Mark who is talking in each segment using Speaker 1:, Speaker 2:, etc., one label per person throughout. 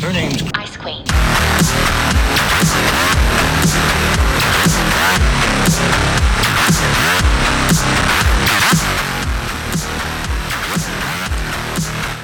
Speaker 1: Her name's
Speaker 2: Ice Queen.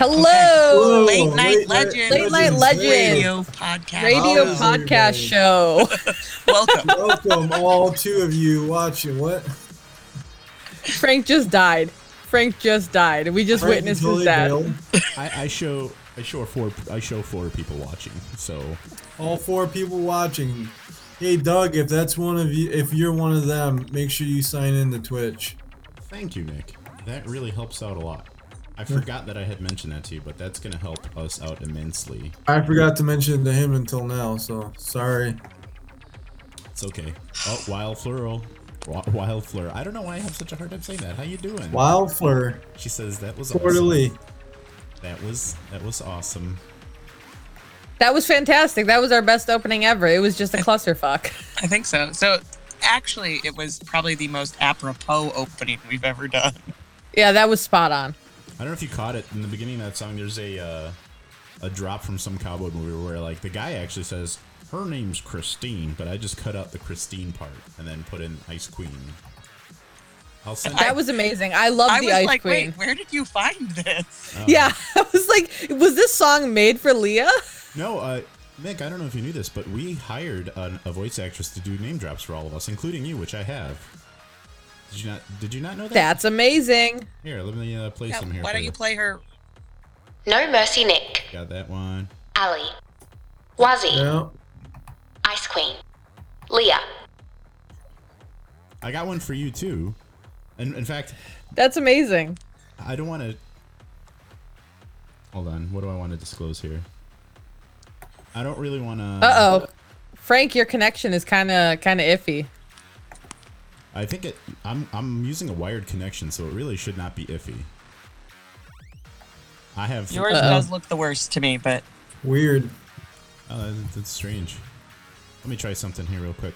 Speaker 3: Hello,
Speaker 4: Late Night
Speaker 1: Oh, Legends.
Speaker 3: Late Night Legends.
Speaker 1: Radio podcast.
Speaker 3: radio
Speaker 4: Hello,
Speaker 3: podcast
Speaker 4: everybody.
Speaker 3: show.
Speaker 1: Welcome.
Speaker 4: Welcome, all two of you watching. What?
Speaker 3: Frank just died. Frank just died. We just
Speaker 4: Frank
Speaker 3: witnessed
Speaker 4: totally
Speaker 3: his death.
Speaker 4: bailed.
Speaker 5: I, I show I show four I show four people watching. So
Speaker 4: All four people watching. Hey, Doug, if that's one of you, if you're one of them, make sure you sign in to Twitch.
Speaker 5: thank you, Nick. That really helps out a lot. I forgot that I had mentioned that to you, but that's gonna help us out immensely.
Speaker 4: I forgot to mention it to him until now, so sorry.
Speaker 5: It's okay. Oh, wild floral, Wa- wild fleur. I don't know why I have such a hard time saying that. How you doing?
Speaker 4: Wildflower
Speaker 5: She says that was
Speaker 4: quarterly.
Speaker 5: awesome. That was that was awesome.
Speaker 3: That was fantastic. That was our best opening ever. It was just a clusterfuck.
Speaker 1: I think so. So, actually, it was probably the most apropos opening we've ever done.
Speaker 3: Yeah, that was spot on.
Speaker 5: I don't know if you caught it in the beginning of that song. There's a uh, a drop from some cowboy movie where like the guy actually says her name's Christine, but I just cut out the Christine part and then put in Ice Queen. I'll send.
Speaker 3: That was amazing. I love
Speaker 1: I
Speaker 3: the
Speaker 1: was
Speaker 3: Ice
Speaker 1: like,
Speaker 3: Queen.
Speaker 1: wait, where did you find this?
Speaker 5: Oh.
Speaker 3: Yeah, I was like, was this song made for Leah?
Speaker 5: No, uh, Mick, I don't know if you knew this, but we hired an, a voice actress to do name drops for all of us, including you, which I have. Did you not? Did you not know that?
Speaker 3: That's amazing.
Speaker 5: Here, let me uh, play
Speaker 1: Yeah,
Speaker 5: some here.
Speaker 1: why
Speaker 5: for
Speaker 1: don't you play her?
Speaker 2: No Mercy Nick.
Speaker 5: Got that one.
Speaker 2: Ali. Wazzy.
Speaker 4: Yeah.
Speaker 2: Ice Queen. Leah.
Speaker 5: I got one for you too. And in fact,
Speaker 3: That's amazing.
Speaker 5: I don't want to. Hold on. What do I want to disclose here? I don't really want to.
Speaker 3: Uh oh, Frank, your connection is kind of kind of iffy.
Speaker 5: I think it. I'm I'm using a wired connection, so it really should not be iffy. I have.
Speaker 1: Yours
Speaker 3: Uh-oh.
Speaker 1: does look the worst to me, but
Speaker 4: Weird.
Speaker 5: Oh, that- that's strange. Let me try something here real quick.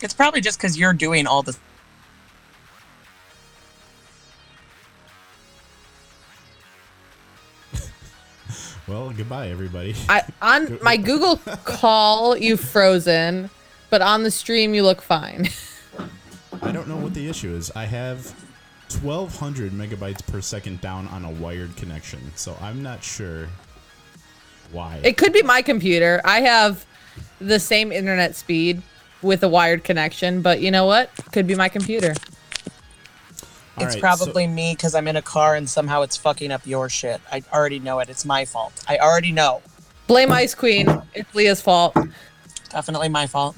Speaker 1: it's probably just because you're doing all the.
Speaker 5: Well, goodbye, everybody.
Speaker 3: I on my Google call, you frozen, but on the stream, you look fine.
Speaker 5: I don't know what the issue is. I have 1,200 megabytes per second down on a wired connection, so I'm not sure why.
Speaker 3: It could be my computer. I have the same internet speed with a wired connection, but you know what? Could be my computer.
Speaker 5: All
Speaker 1: it's
Speaker 5: right, so-
Speaker 1: probably me because I'm in a car and somehow it's fucking up your shit. I already know it. It's my fault. I already know.
Speaker 3: Blame Ice Queen. It's Leah's fault.
Speaker 1: Definitely my fault.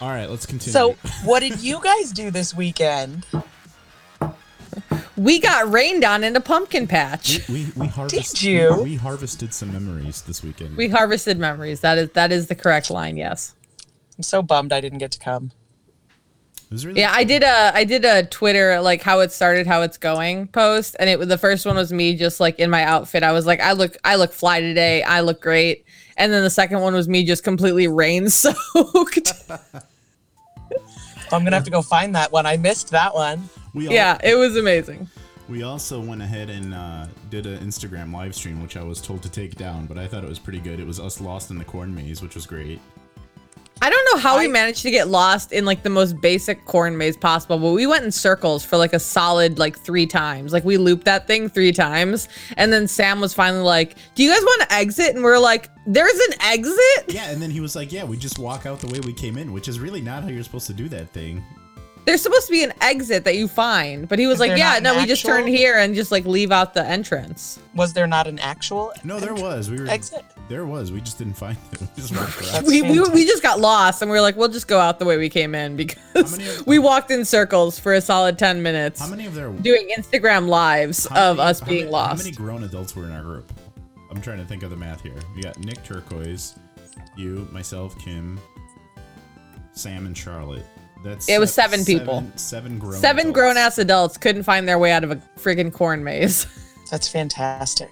Speaker 5: all right, let's continue.
Speaker 1: So, what did you guys do this weekend?
Speaker 3: We got rained on in a pumpkin patch.
Speaker 5: We, we harvested.
Speaker 1: you?
Speaker 5: We harvested some memories this weekend.
Speaker 3: We harvested memories. That is that is the correct line. Yes.
Speaker 1: I'm so bummed I didn't get to come.
Speaker 5: It was really
Speaker 3: Yeah, I did a I did a Twitter like how it started, how it's going post, and it was the first one was me just like in my outfit. I was like, I look I look fly today. I look great. And then the second one was me just completely rain soaked.
Speaker 1: So I'm gonna have to go find that one. I missed that one.
Speaker 5: We al-
Speaker 3: yeah, it was amazing.
Speaker 5: We also went ahead and uh, did an Instagram live stream, which I was told to take down, but I thought it was pretty good. It was us lost in the corn maze, which was great.
Speaker 3: I don't know how
Speaker 1: I-
Speaker 3: we managed to get lost in like the most basic corn maze possible, but we went in circles for like a solid like three times. Like we looped that thing three times, and then Sam was finally like, "Do you guys want to exit?" And we are like, "There's an exit.
Speaker 5: Yeah, and then he was like, "Yeah, we just walk out the way we came in," which is really not how you're supposed to do that thing.
Speaker 3: There's supposed to be an exit that you find." But he was
Speaker 1: Is
Speaker 3: like,
Speaker 1: there
Speaker 3: "Yeah,
Speaker 1: not
Speaker 3: no,
Speaker 1: an
Speaker 3: we just
Speaker 1: actual-
Speaker 3: turn here and just like leave out the entrance."
Speaker 1: Was there not an actual
Speaker 5: No, there was. We were
Speaker 1: exit?
Speaker 5: There was. We just didn't find it. We just walked around.
Speaker 3: We, we, we just got lost and we were like, we'll just go out the way we came in because
Speaker 5: many of-
Speaker 3: we walked in circles for a solid 10 minutes
Speaker 5: How many of their
Speaker 3: doing Instagram lives
Speaker 5: how
Speaker 3: of
Speaker 5: many-
Speaker 3: us
Speaker 5: how
Speaker 3: being
Speaker 5: many-
Speaker 3: lost.
Speaker 5: How many grown adults were in our group? I'm trying to think of the math here. We got Nick Turquoise, you, myself, Kim, Sam, and Charlotte. That's
Speaker 3: It was
Speaker 5: se-
Speaker 3: seven people.
Speaker 5: Seven grown.
Speaker 3: Seven
Speaker 5: adults.
Speaker 3: grown ass adults couldn't find their way out of a friggin' corn maze.
Speaker 1: That's fantastic.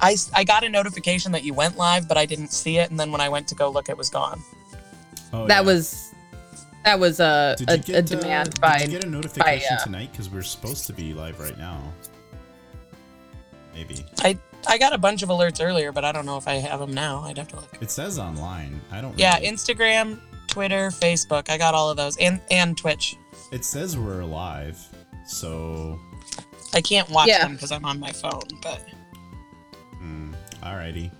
Speaker 1: I, s- I got a notification that you went live, but I didn't see it. And then when I went to go look, it was gone.
Speaker 5: Oh,
Speaker 3: that
Speaker 5: yeah.
Speaker 3: was that was a,
Speaker 5: Did
Speaker 3: a,
Speaker 5: you get,
Speaker 3: a
Speaker 5: uh,
Speaker 3: demand
Speaker 5: did
Speaker 3: by
Speaker 5: you get a notification
Speaker 3: uh,
Speaker 5: tonight? Because we're supposed to be live right now. Maybe
Speaker 1: I, I got a bunch of alerts earlier, but I don't know if I have them now. I'd have to look.
Speaker 5: it says online. I don't.
Speaker 1: Yeah,
Speaker 5: really-
Speaker 1: Instagram, Twitter, Facebook. I got all of those, and and Twitch.
Speaker 5: it says we're live. So,
Speaker 1: I can't watch
Speaker 3: Yeah.
Speaker 1: them because I'm on my phone. But
Speaker 5: mm, alrighty.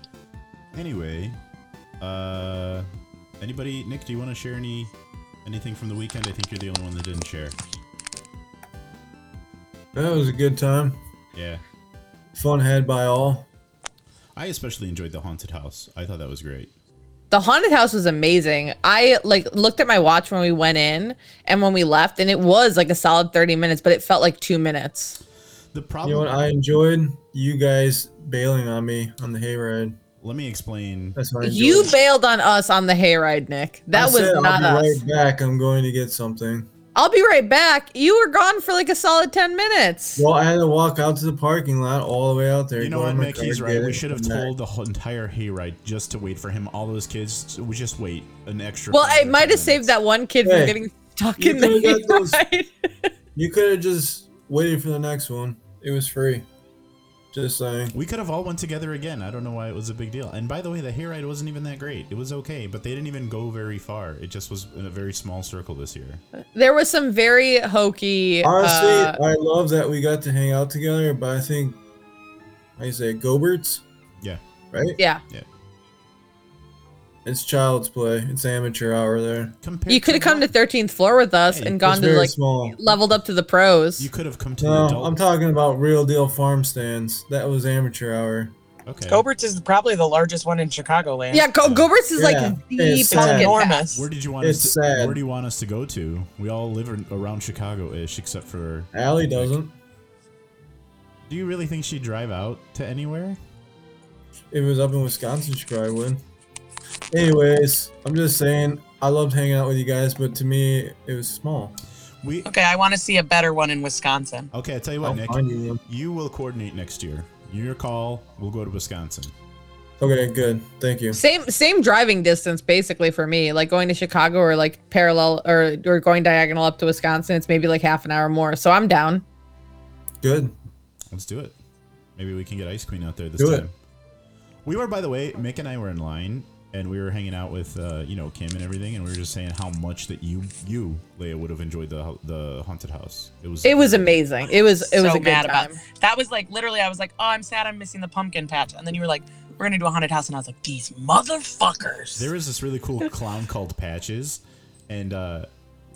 Speaker 5: Anyway, uh, anybody, Nick, do you want to share any anything from the weekend? I think you're the only one that didn't share.
Speaker 4: That was a good time.
Speaker 5: Yeah,
Speaker 4: Fun had by all.
Speaker 5: I especially enjoyed the haunted house. I thought that was great.
Speaker 3: the haunted house was amazing. I like looked at my watch when we went in and when we left, and it was like a solid 30 minutes, but it felt like two minutes.
Speaker 5: The
Speaker 4: You
Speaker 5: problem.
Speaker 4: know what I enjoyed? You guys bailing on me on the hayride.
Speaker 5: let me explain.
Speaker 4: That's what I enjoyed.
Speaker 3: You bailed on us on the hayride, Nick. That
Speaker 4: I
Speaker 3: was
Speaker 4: said,
Speaker 3: not
Speaker 4: I'll be
Speaker 3: us.
Speaker 4: right back. I'm going to get something.
Speaker 3: I'll be right back. You were gone for like a solid 10 minutes.
Speaker 4: Well, I had to walk out to the parking lot all the way out there.
Speaker 5: You know
Speaker 4: go
Speaker 5: what,
Speaker 4: in my
Speaker 5: Mick?
Speaker 4: car,
Speaker 5: He's
Speaker 4: get
Speaker 5: right.
Speaker 4: it,
Speaker 5: We should have
Speaker 4: come back.
Speaker 5: told the whole entire hayride just to wait for him. All those kids, we just wait an extra.
Speaker 3: Well,
Speaker 5: five
Speaker 3: I
Speaker 5: or
Speaker 3: might
Speaker 5: ten
Speaker 3: have saved
Speaker 5: minutes.
Speaker 3: that one kid from
Speaker 4: Hey,
Speaker 3: getting stuck
Speaker 4: you
Speaker 3: in the
Speaker 4: could've got those-
Speaker 3: hayride.
Speaker 4: You could have just waited for the next one. It was free. Just saying.
Speaker 5: We could have all went together again. I don't know why it was a big deal. And by the way, the hayride wasn't even that great. It was okay, but they didn't even go very far. It just was in a very small circle this year.
Speaker 3: There was some very hokey.
Speaker 4: Honestly,
Speaker 3: uh,
Speaker 4: I love that we got to hang out together, but I think, how you say, it, Gobert's,
Speaker 5: Yeah.
Speaker 4: right?
Speaker 3: yeah.
Speaker 4: It's child's play. It's amateur hour there.
Speaker 5: Compared
Speaker 3: You could have come to 13th floor with us
Speaker 5: Hey,
Speaker 3: and
Speaker 5: it's
Speaker 3: gone
Speaker 4: it's
Speaker 3: to
Speaker 4: very
Speaker 3: like
Speaker 4: small.
Speaker 3: leveled up to the pros.
Speaker 5: You could have come to
Speaker 4: No,
Speaker 5: the adult.
Speaker 4: I'm talking about real deal farm stands. That was amateur hour.
Speaker 5: Okay.
Speaker 1: Gobert's is probably the largest one in Chicagoland.
Speaker 3: yeah, Go- Gobert's is
Speaker 4: Yeah,
Speaker 3: like the
Speaker 4: it's
Speaker 1: it's
Speaker 4: sad.
Speaker 3: pumpkin. patch.
Speaker 1: enormous.
Speaker 5: Where did you want
Speaker 4: It's
Speaker 5: us? To,
Speaker 4: sad.
Speaker 5: Where do you want us to go to? We all live ar- around Chicago-ish, except for.
Speaker 4: Allie doesn't.
Speaker 5: Do you really think she'd drive out to anywhere?
Speaker 4: If it was up in Wisconsin, she probably would. Anyways, I'm just saying, I loved hanging out with you guys, but to me, it was small.
Speaker 5: We
Speaker 1: Okay, I want to see a better one in Wisconsin.
Speaker 5: okay. I tell you what,
Speaker 4: I'll
Speaker 5: Nick.
Speaker 4: find you one.
Speaker 5: You will coordinate next year. Your call. We'll go to Wisconsin.
Speaker 4: Okay, good. Thank you.
Speaker 3: Same same driving distance basically for me. Like going to Chicago or like parallel or or going diagonal up to Wisconsin, it's maybe like half an hour more. So I'm down.
Speaker 4: Good.
Speaker 5: Let's do it. Maybe we can get Ice Queen out there this
Speaker 4: Do it.
Speaker 5: time. We were, by the way, Mick and I were in line, and we were hanging out with, uh, you know, Kim and everything, and we were just saying how much that you, you, Leia, would have enjoyed the hau- the haunted house. It was.
Speaker 3: It was amazing. It was it was a good time.
Speaker 1: that was like literally. I was like, oh, I'm sad. I'm missing the pumpkin patch. And then you were like, we're gonna do a haunted house, and I was like, these motherfuckers.
Speaker 5: There was this really cool clown called Patches, and uh,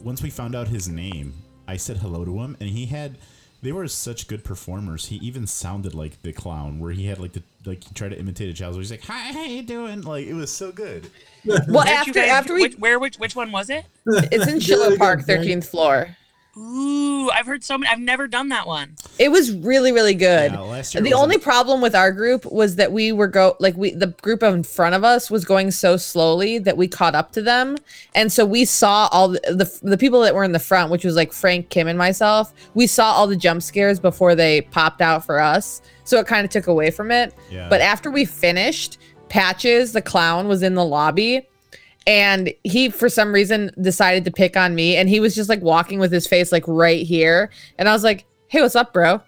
Speaker 5: once we found out his name, I said hello to him, and he had. They were such good performers. He even sounded like the clown, where he had like the like he tried to imitate a child's voice. He's like, "Hi, how you doing?" Like it was so good.
Speaker 3: Well,
Speaker 1: Where'd you
Speaker 3: after
Speaker 1: guys-
Speaker 3: after we
Speaker 1: which, where which which one was it?
Speaker 3: it's in
Speaker 4: Do it
Speaker 3: Schiller
Speaker 4: again,
Speaker 3: Park,
Speaker 4: Frank.
Speaker 3: 13th floor.
Speaker 1: Ooh, I've heard so many. I've never done that one.
Speaker 3: It was really really good.
Speaker 5: Yeah, last year
Speaker 3: the
Speaker 5: was a-
Speaker 3: only problem with our group was that we were go like we the group in front of us was going so slowly that we caught up to them and so we saw all the the, the people that were in the front which was like frank kim and myself we saw all the jump scares before they popped out for us so it kind of took away from it
Speaker 5: Yeah.
Speaker 3: but after we finished patches the clown was in the lobby and he for some reason decided to pick on me and he was just like walking with his face like right here and i was like hey what's up bro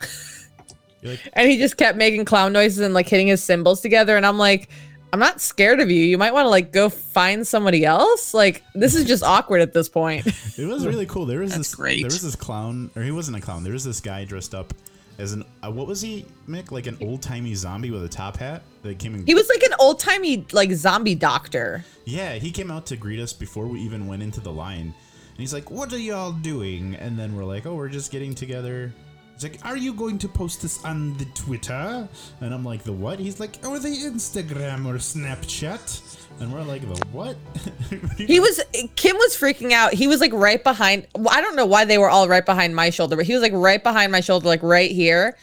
Speaker 5: You're like,
Speaker 3: and he just kept making clown noises and like hitting his cymbals together and i'm like i'm not scared of you you might want to like go find somebody else like this is just awkward at this point
Speaker 5: It was really cool. There was
Speaker 1: That's
Speaker 5: this
Speaker 1: great.
Speaker 5: there was this clown or he wasn't a clown. There was this guy dressed up as an uh, what was he, Mick? Like an old-timey zombie with a top hat that came and
Speaker 3: he was like an old-timey like zombie doctor
Speaker 5: Yeah, he came out to greet us before we even went into the line. And he's like, "What are y'all doing?" And then we're like, "Oh, we're just getting together He's like, "Are you going to post this on the Twitter?" And I'm like, "The what?" He's like, "Or the Instagram or Snapchat?" And we're like, "The what?"
Speaker 3: He was Kim was freaking out. He was like right behind. well, I don't know why they were all right behind my shoulder, but he was like right behind my shoulder, like right here.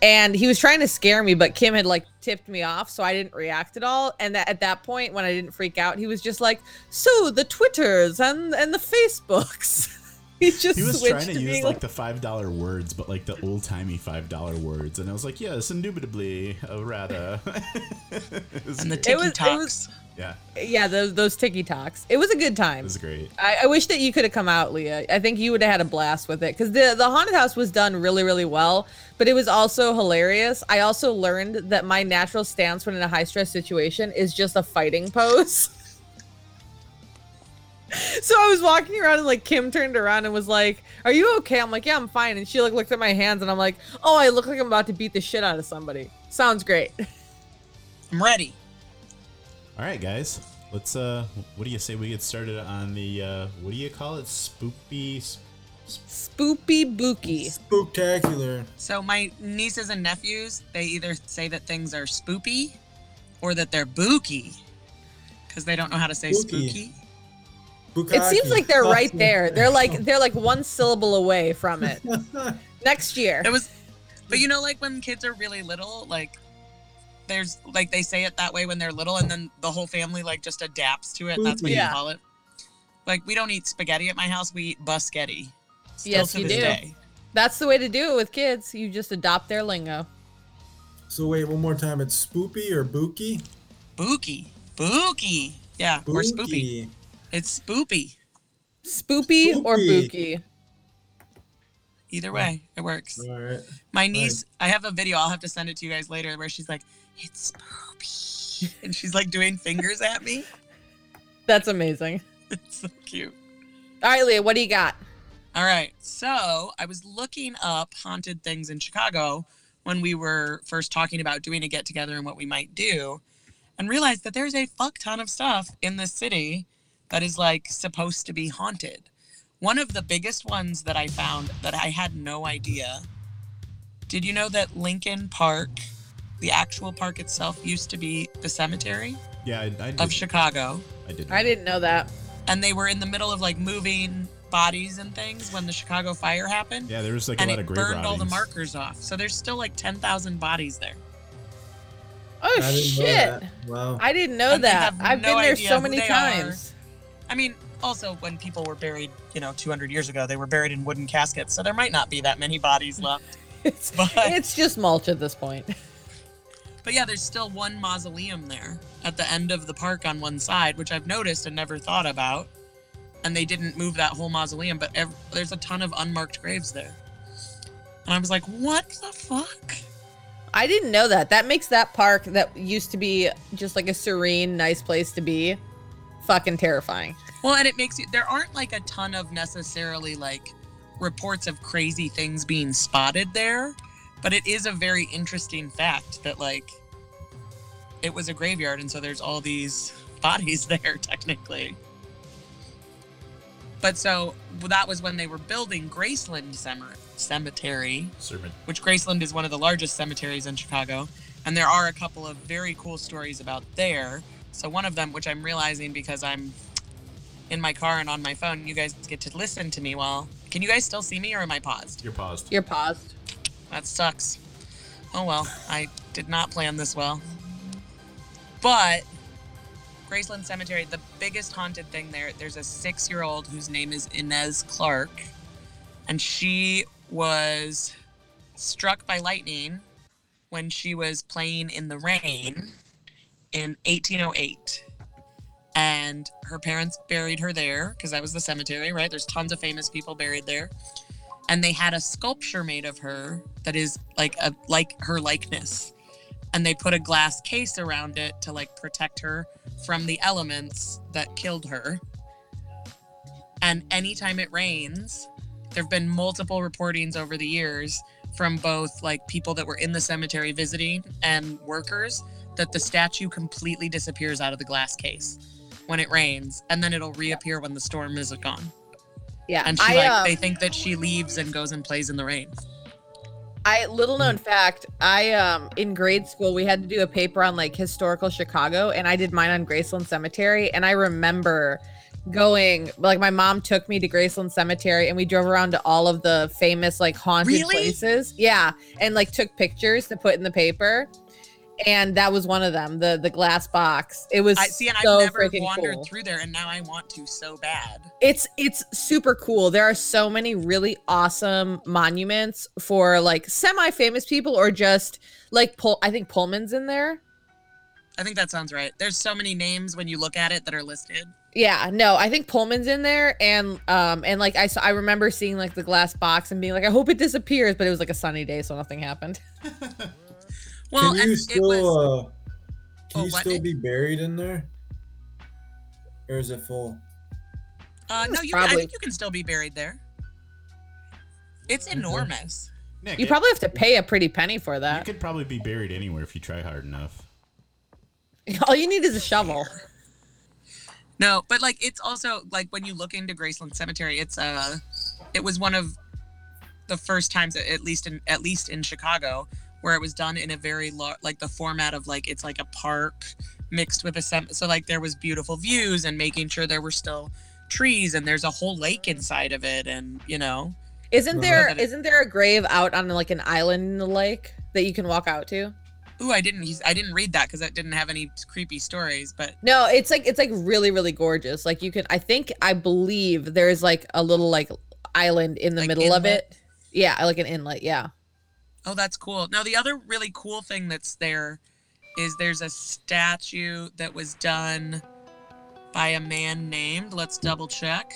Speaker 3: And he was trying to scare me, but Kim had like tipped me off, so I didn't react at all. And that, at that point, when I didn't freak out, he was just like, "So the Twitters and and the Facebooks." he just
Speaker 5: He was
Speaker 3: switched
Speaker 5: trying to
Speaker 3: being
Speaker 5: use like the five dollar words, but like the old timey five dollar words, and I was like, "Yes, indubitably, uh, rather." It was
Speaker 1: And the
Speaker 5: great.
Speaker 3: It was- it
Speaker 1: TikToks.
Speaker 3: was-
Speaker 5: yeah,
Speaker 3: yeah those those ticky talks. It was a good
Speaker 5: it
Speaker 3: time.
Speaker 5: was great.
Speaker 3: I, I wish that you could have come out, Leah. I think you would have had a blast with it because the the haunted house was done really, really well, but it was also hilarious. I also learned that my natural stance when in a high stress situation is just a fighting pose. so I was walking around and like Kim turned around and was like, "Are you okay?" I'm like, "Yeah, I'm fine." And she like looked at my hands and I'm like, "Oh, I look like I'm about to beat the shit out of somebody." Sounds great.
Speaker 1: I'm ready.
Speaker 5: All right, guys, let's. uh What do you say we get started on the? uh What do you call it? Spoopy. sp-
Speaker 3: Spoopy bookie.
Speaker 4: Spectacular.
Speaker 1: So my nieces and nephews, they either say that things are spoopy or that they're booky because they don't know how to say
Speaker 4: Spooky.
Speaker 1: spooky.
Speaker 3: It seems
Speaker 4: Bukkake.
Speaker 3: like they're right there. They're like they're like one syllable away from it. Next year.
Speaker 1: It was, but you know, like when kids are really little, like there's like they say it that way when they're little, and then the whole family like just adapts to it. And that's what
Speaker 3: Yeah.
Speaker 1: you call it. Like we don't eat spaghetti at my house; we eat buscetti. Still
Speaker 3: Yes,
Speaker 1: to
Speaker 3: you
Speaker 1: this
Speaker 3: do.
Speaker 1: Day.
Speaker 3: That's the way to do it with kids. You just adopt their lingo.
Speaker 4: So wait, one more time. It's spoopy or bookie?
Speaker 1: Booky, booky, yeah, or spoopy.
Speaker 4: Bookie.
Speaker 1: It's spoopy.
Speaker 3: Spoopy or
Speaker 4: Spoopy.
Speaker 3: bookie.
Speaker 1: Either way, it works.
Speaker 4: All right.
Speaker 1: My niece, I have a video. I'll have to send it to you guys later, where she's like, "It's spoopy," and she's like doing fingers at me.
Speaker 3: That's amazing.
Speaker 1: It's so cute.
Speaker 3: All right, Leah, what do you got?
Speaker 1: All right. So I was looking up haunted things in Chicago when we were first talking about doing a get together and what we might do, and realized that there's a fuck ton of stuff in this city that is like supposed to be haunted. One of the biggest ones that I found that I had no idea. Did you know that Lincoln Park, the actual park itself, used to be the cemetery
Speaker 5: Yeah, I, I did.
Speaker 1: of Chicago?
Speaker 5: I did.
Speaker 3: I didn't know that.
Speaker 1: And they were in the middle of like moving bodies and things when the Chicago fire happened
Speaker 5: Yeah, there was like
Speaker 1: and
Speaker 5: a lot
Speaker 1: it
Speaker 5: of grave
Speaker 1: burned all the
Speaker 5: robbings.
Speaker 1: markers off. So there's still like 10,000 bodies there.
Speaker 3: Oh
Speaker 4: I didn't know
Speaker 3: shit.
Speaker 4: that. Wow.
Speaker 3: I didn't
Speaker 1: I
Speaker 3: know
Speaker 1: have
Speaker 3: that. I've
Speaker 1: no
Speaker 3: been there
Speaker 1: idea
Speaker 3: so
Speaker 1: who
Speaker 3: many
Speaker 1: they are.
Speaker 3: times.
Speaker 1: I mean, also when people were buried, you know, 200 years ago, they were buried in wooden caskets. So there might not be that many bodies left.
Speaker 3: It's,
Speaker 1: But-
Speaker 3: it's just mulch at this point.
Speaker 1: But yeah, there's still one mausoleum there at the end of the park on one side, which I've noticed and never thought about. And they didn't move that whole mausoleum, but ev- there's a ton of unmarked graves there. And I was like, what the fuck?
Speaker 3: I didn't know that. That makes that park that used to be just like a serene, nice place to be fucking terrifying.
Speaker 1: Well, and it makes you there aren't like a ton of necessarily like reports of crazy things being spotted there, but it is a very interesting fact that like it was a graveyard and so there's all these bodies there technically. But so that was when they were building Graceland Cemer- Cemetery,
Speaker 5: Sermon.
Speaker 1: which Graceland is one of the largest cemeteries in Chicago. And there are a couple of very cool stories about there. So, one of them, which I'm realizing because I'm in my car and on my phone, you guys get to listen to me while. Can you guys still see me or am I paused?
Speaker 5: You're paused.
Speaker 3: You're paused.
Speaker 1: That sucks. Oh well, I did not plan this well. But Graceland Cemetery, the biggest haunted thing there, there's a six year old whose name is Inez Clark, and she was struck by lightning when she was playing in the rain in 1808. And her parents buried her there because that was the cemetery, right? There's tons of famous people buried there and they had a sculpture made of her that is like a like her likeness and they put a glass case around it to like protect her from the elements that killed her and anytime it rains there have been multiple reportings over the years from both like people that were in the cemetery visiting and workers that the statue completely disappears out of the glass case when it rains and then it'll reappear when the storm is gone
Speaker 3: Yeah.
Speaker 1: and she
Speaker 3: I,
Speaker 1: like
Speaker 3: um,
Speaker 1: they think that she leaves and goes and plays in the rain.
Speaker 3: I little known
Speaker 1: Mm.
Speaker 3: fact, I um in grade school we had to do a paper on like historical Chicago and I did mine on Graceland Cemetery and I remember going like my mom took me to Graceland Cemetery and we drove around to all of the famous like haunted
Speaker 1: Really?
Speaker 3: places. Yeah, and like took pictures to put in the paper. And that was one of them, the the glass box. It was
Speaker 1: I see, and
Speaker 3: so
Speaker 1: I've never
Speaker 3: freaking
Speaker 1: wandered
Speaker 3: cool.
Speaker 1: through there, and now I want to so bad.
Speaker 3: It's it's super cool. There are so many really awesome monuments for like semi-famous people or just like Pul- I think Pullman's in there.
Speaker 1: I think that sounds right. There's so many names when you look at it that are listed.
Speaker 3: Yeah, no, I think Pullman's in there and um and like I saw I remember seeing like the glass box and being like I hope it disappears, but it was like a sunny day so nothing happened.
Speaker 1: Well,
Speaker 4: can you
Speaker 1: and it
Speaker 4: still
Speaker 1: was
Speaker 4: uh,
Speaker 1: Oh,
Speaker 4: can you
Speaker 1: what?
Speaker 4: still be buried in there? Or is it full?
Speaker 1: uh, no, you. I
Speaker 3: probably-
Speaker 1: think you can still be buried there. It's enormous.
Speaker 5: Nick,
Speaker 3: You
Speaker 5: it-
Speaker 3: probably have to pay a pretty penny for
Speaker 5: you
Speaker 3: that.
Speaker 5: could probably be buried anywhere if you try hard enough.
Speaker 3: All you need is a shovel.
Speaker 1: No, but like it's also like when you look into Graceland Cemetery, it's uh, it was one of the first times, at least in at least in Chicago, where it was done in a very large, like the format of like it's like a park mixed with a sem. So like there was beautiful views and making sure there were still trees and there's a whole lake inside of it and you know
Speaker 3: Isn't there
Speaker 1: Mhm.
Speaker 3: isn't there a grave out on like an island in the lake that you can walk out to?
Speaker 1: ooh I didn't I didn't read that because it didn't have any creepy stories but
Speaker 3: No, it's like it's like really really gorgeous. Like you can I think I believe there's like a little like island in the
Speaker 1: Like
Speaker 3: middle of
Speaker 1: inlet?
Speaker 3: it. Yeah, like an inlet, yeah.
Speaker 1: Oh, that's cool. Now, the other really cool thing that's there is there's a statue that was done by a man named, let's double check,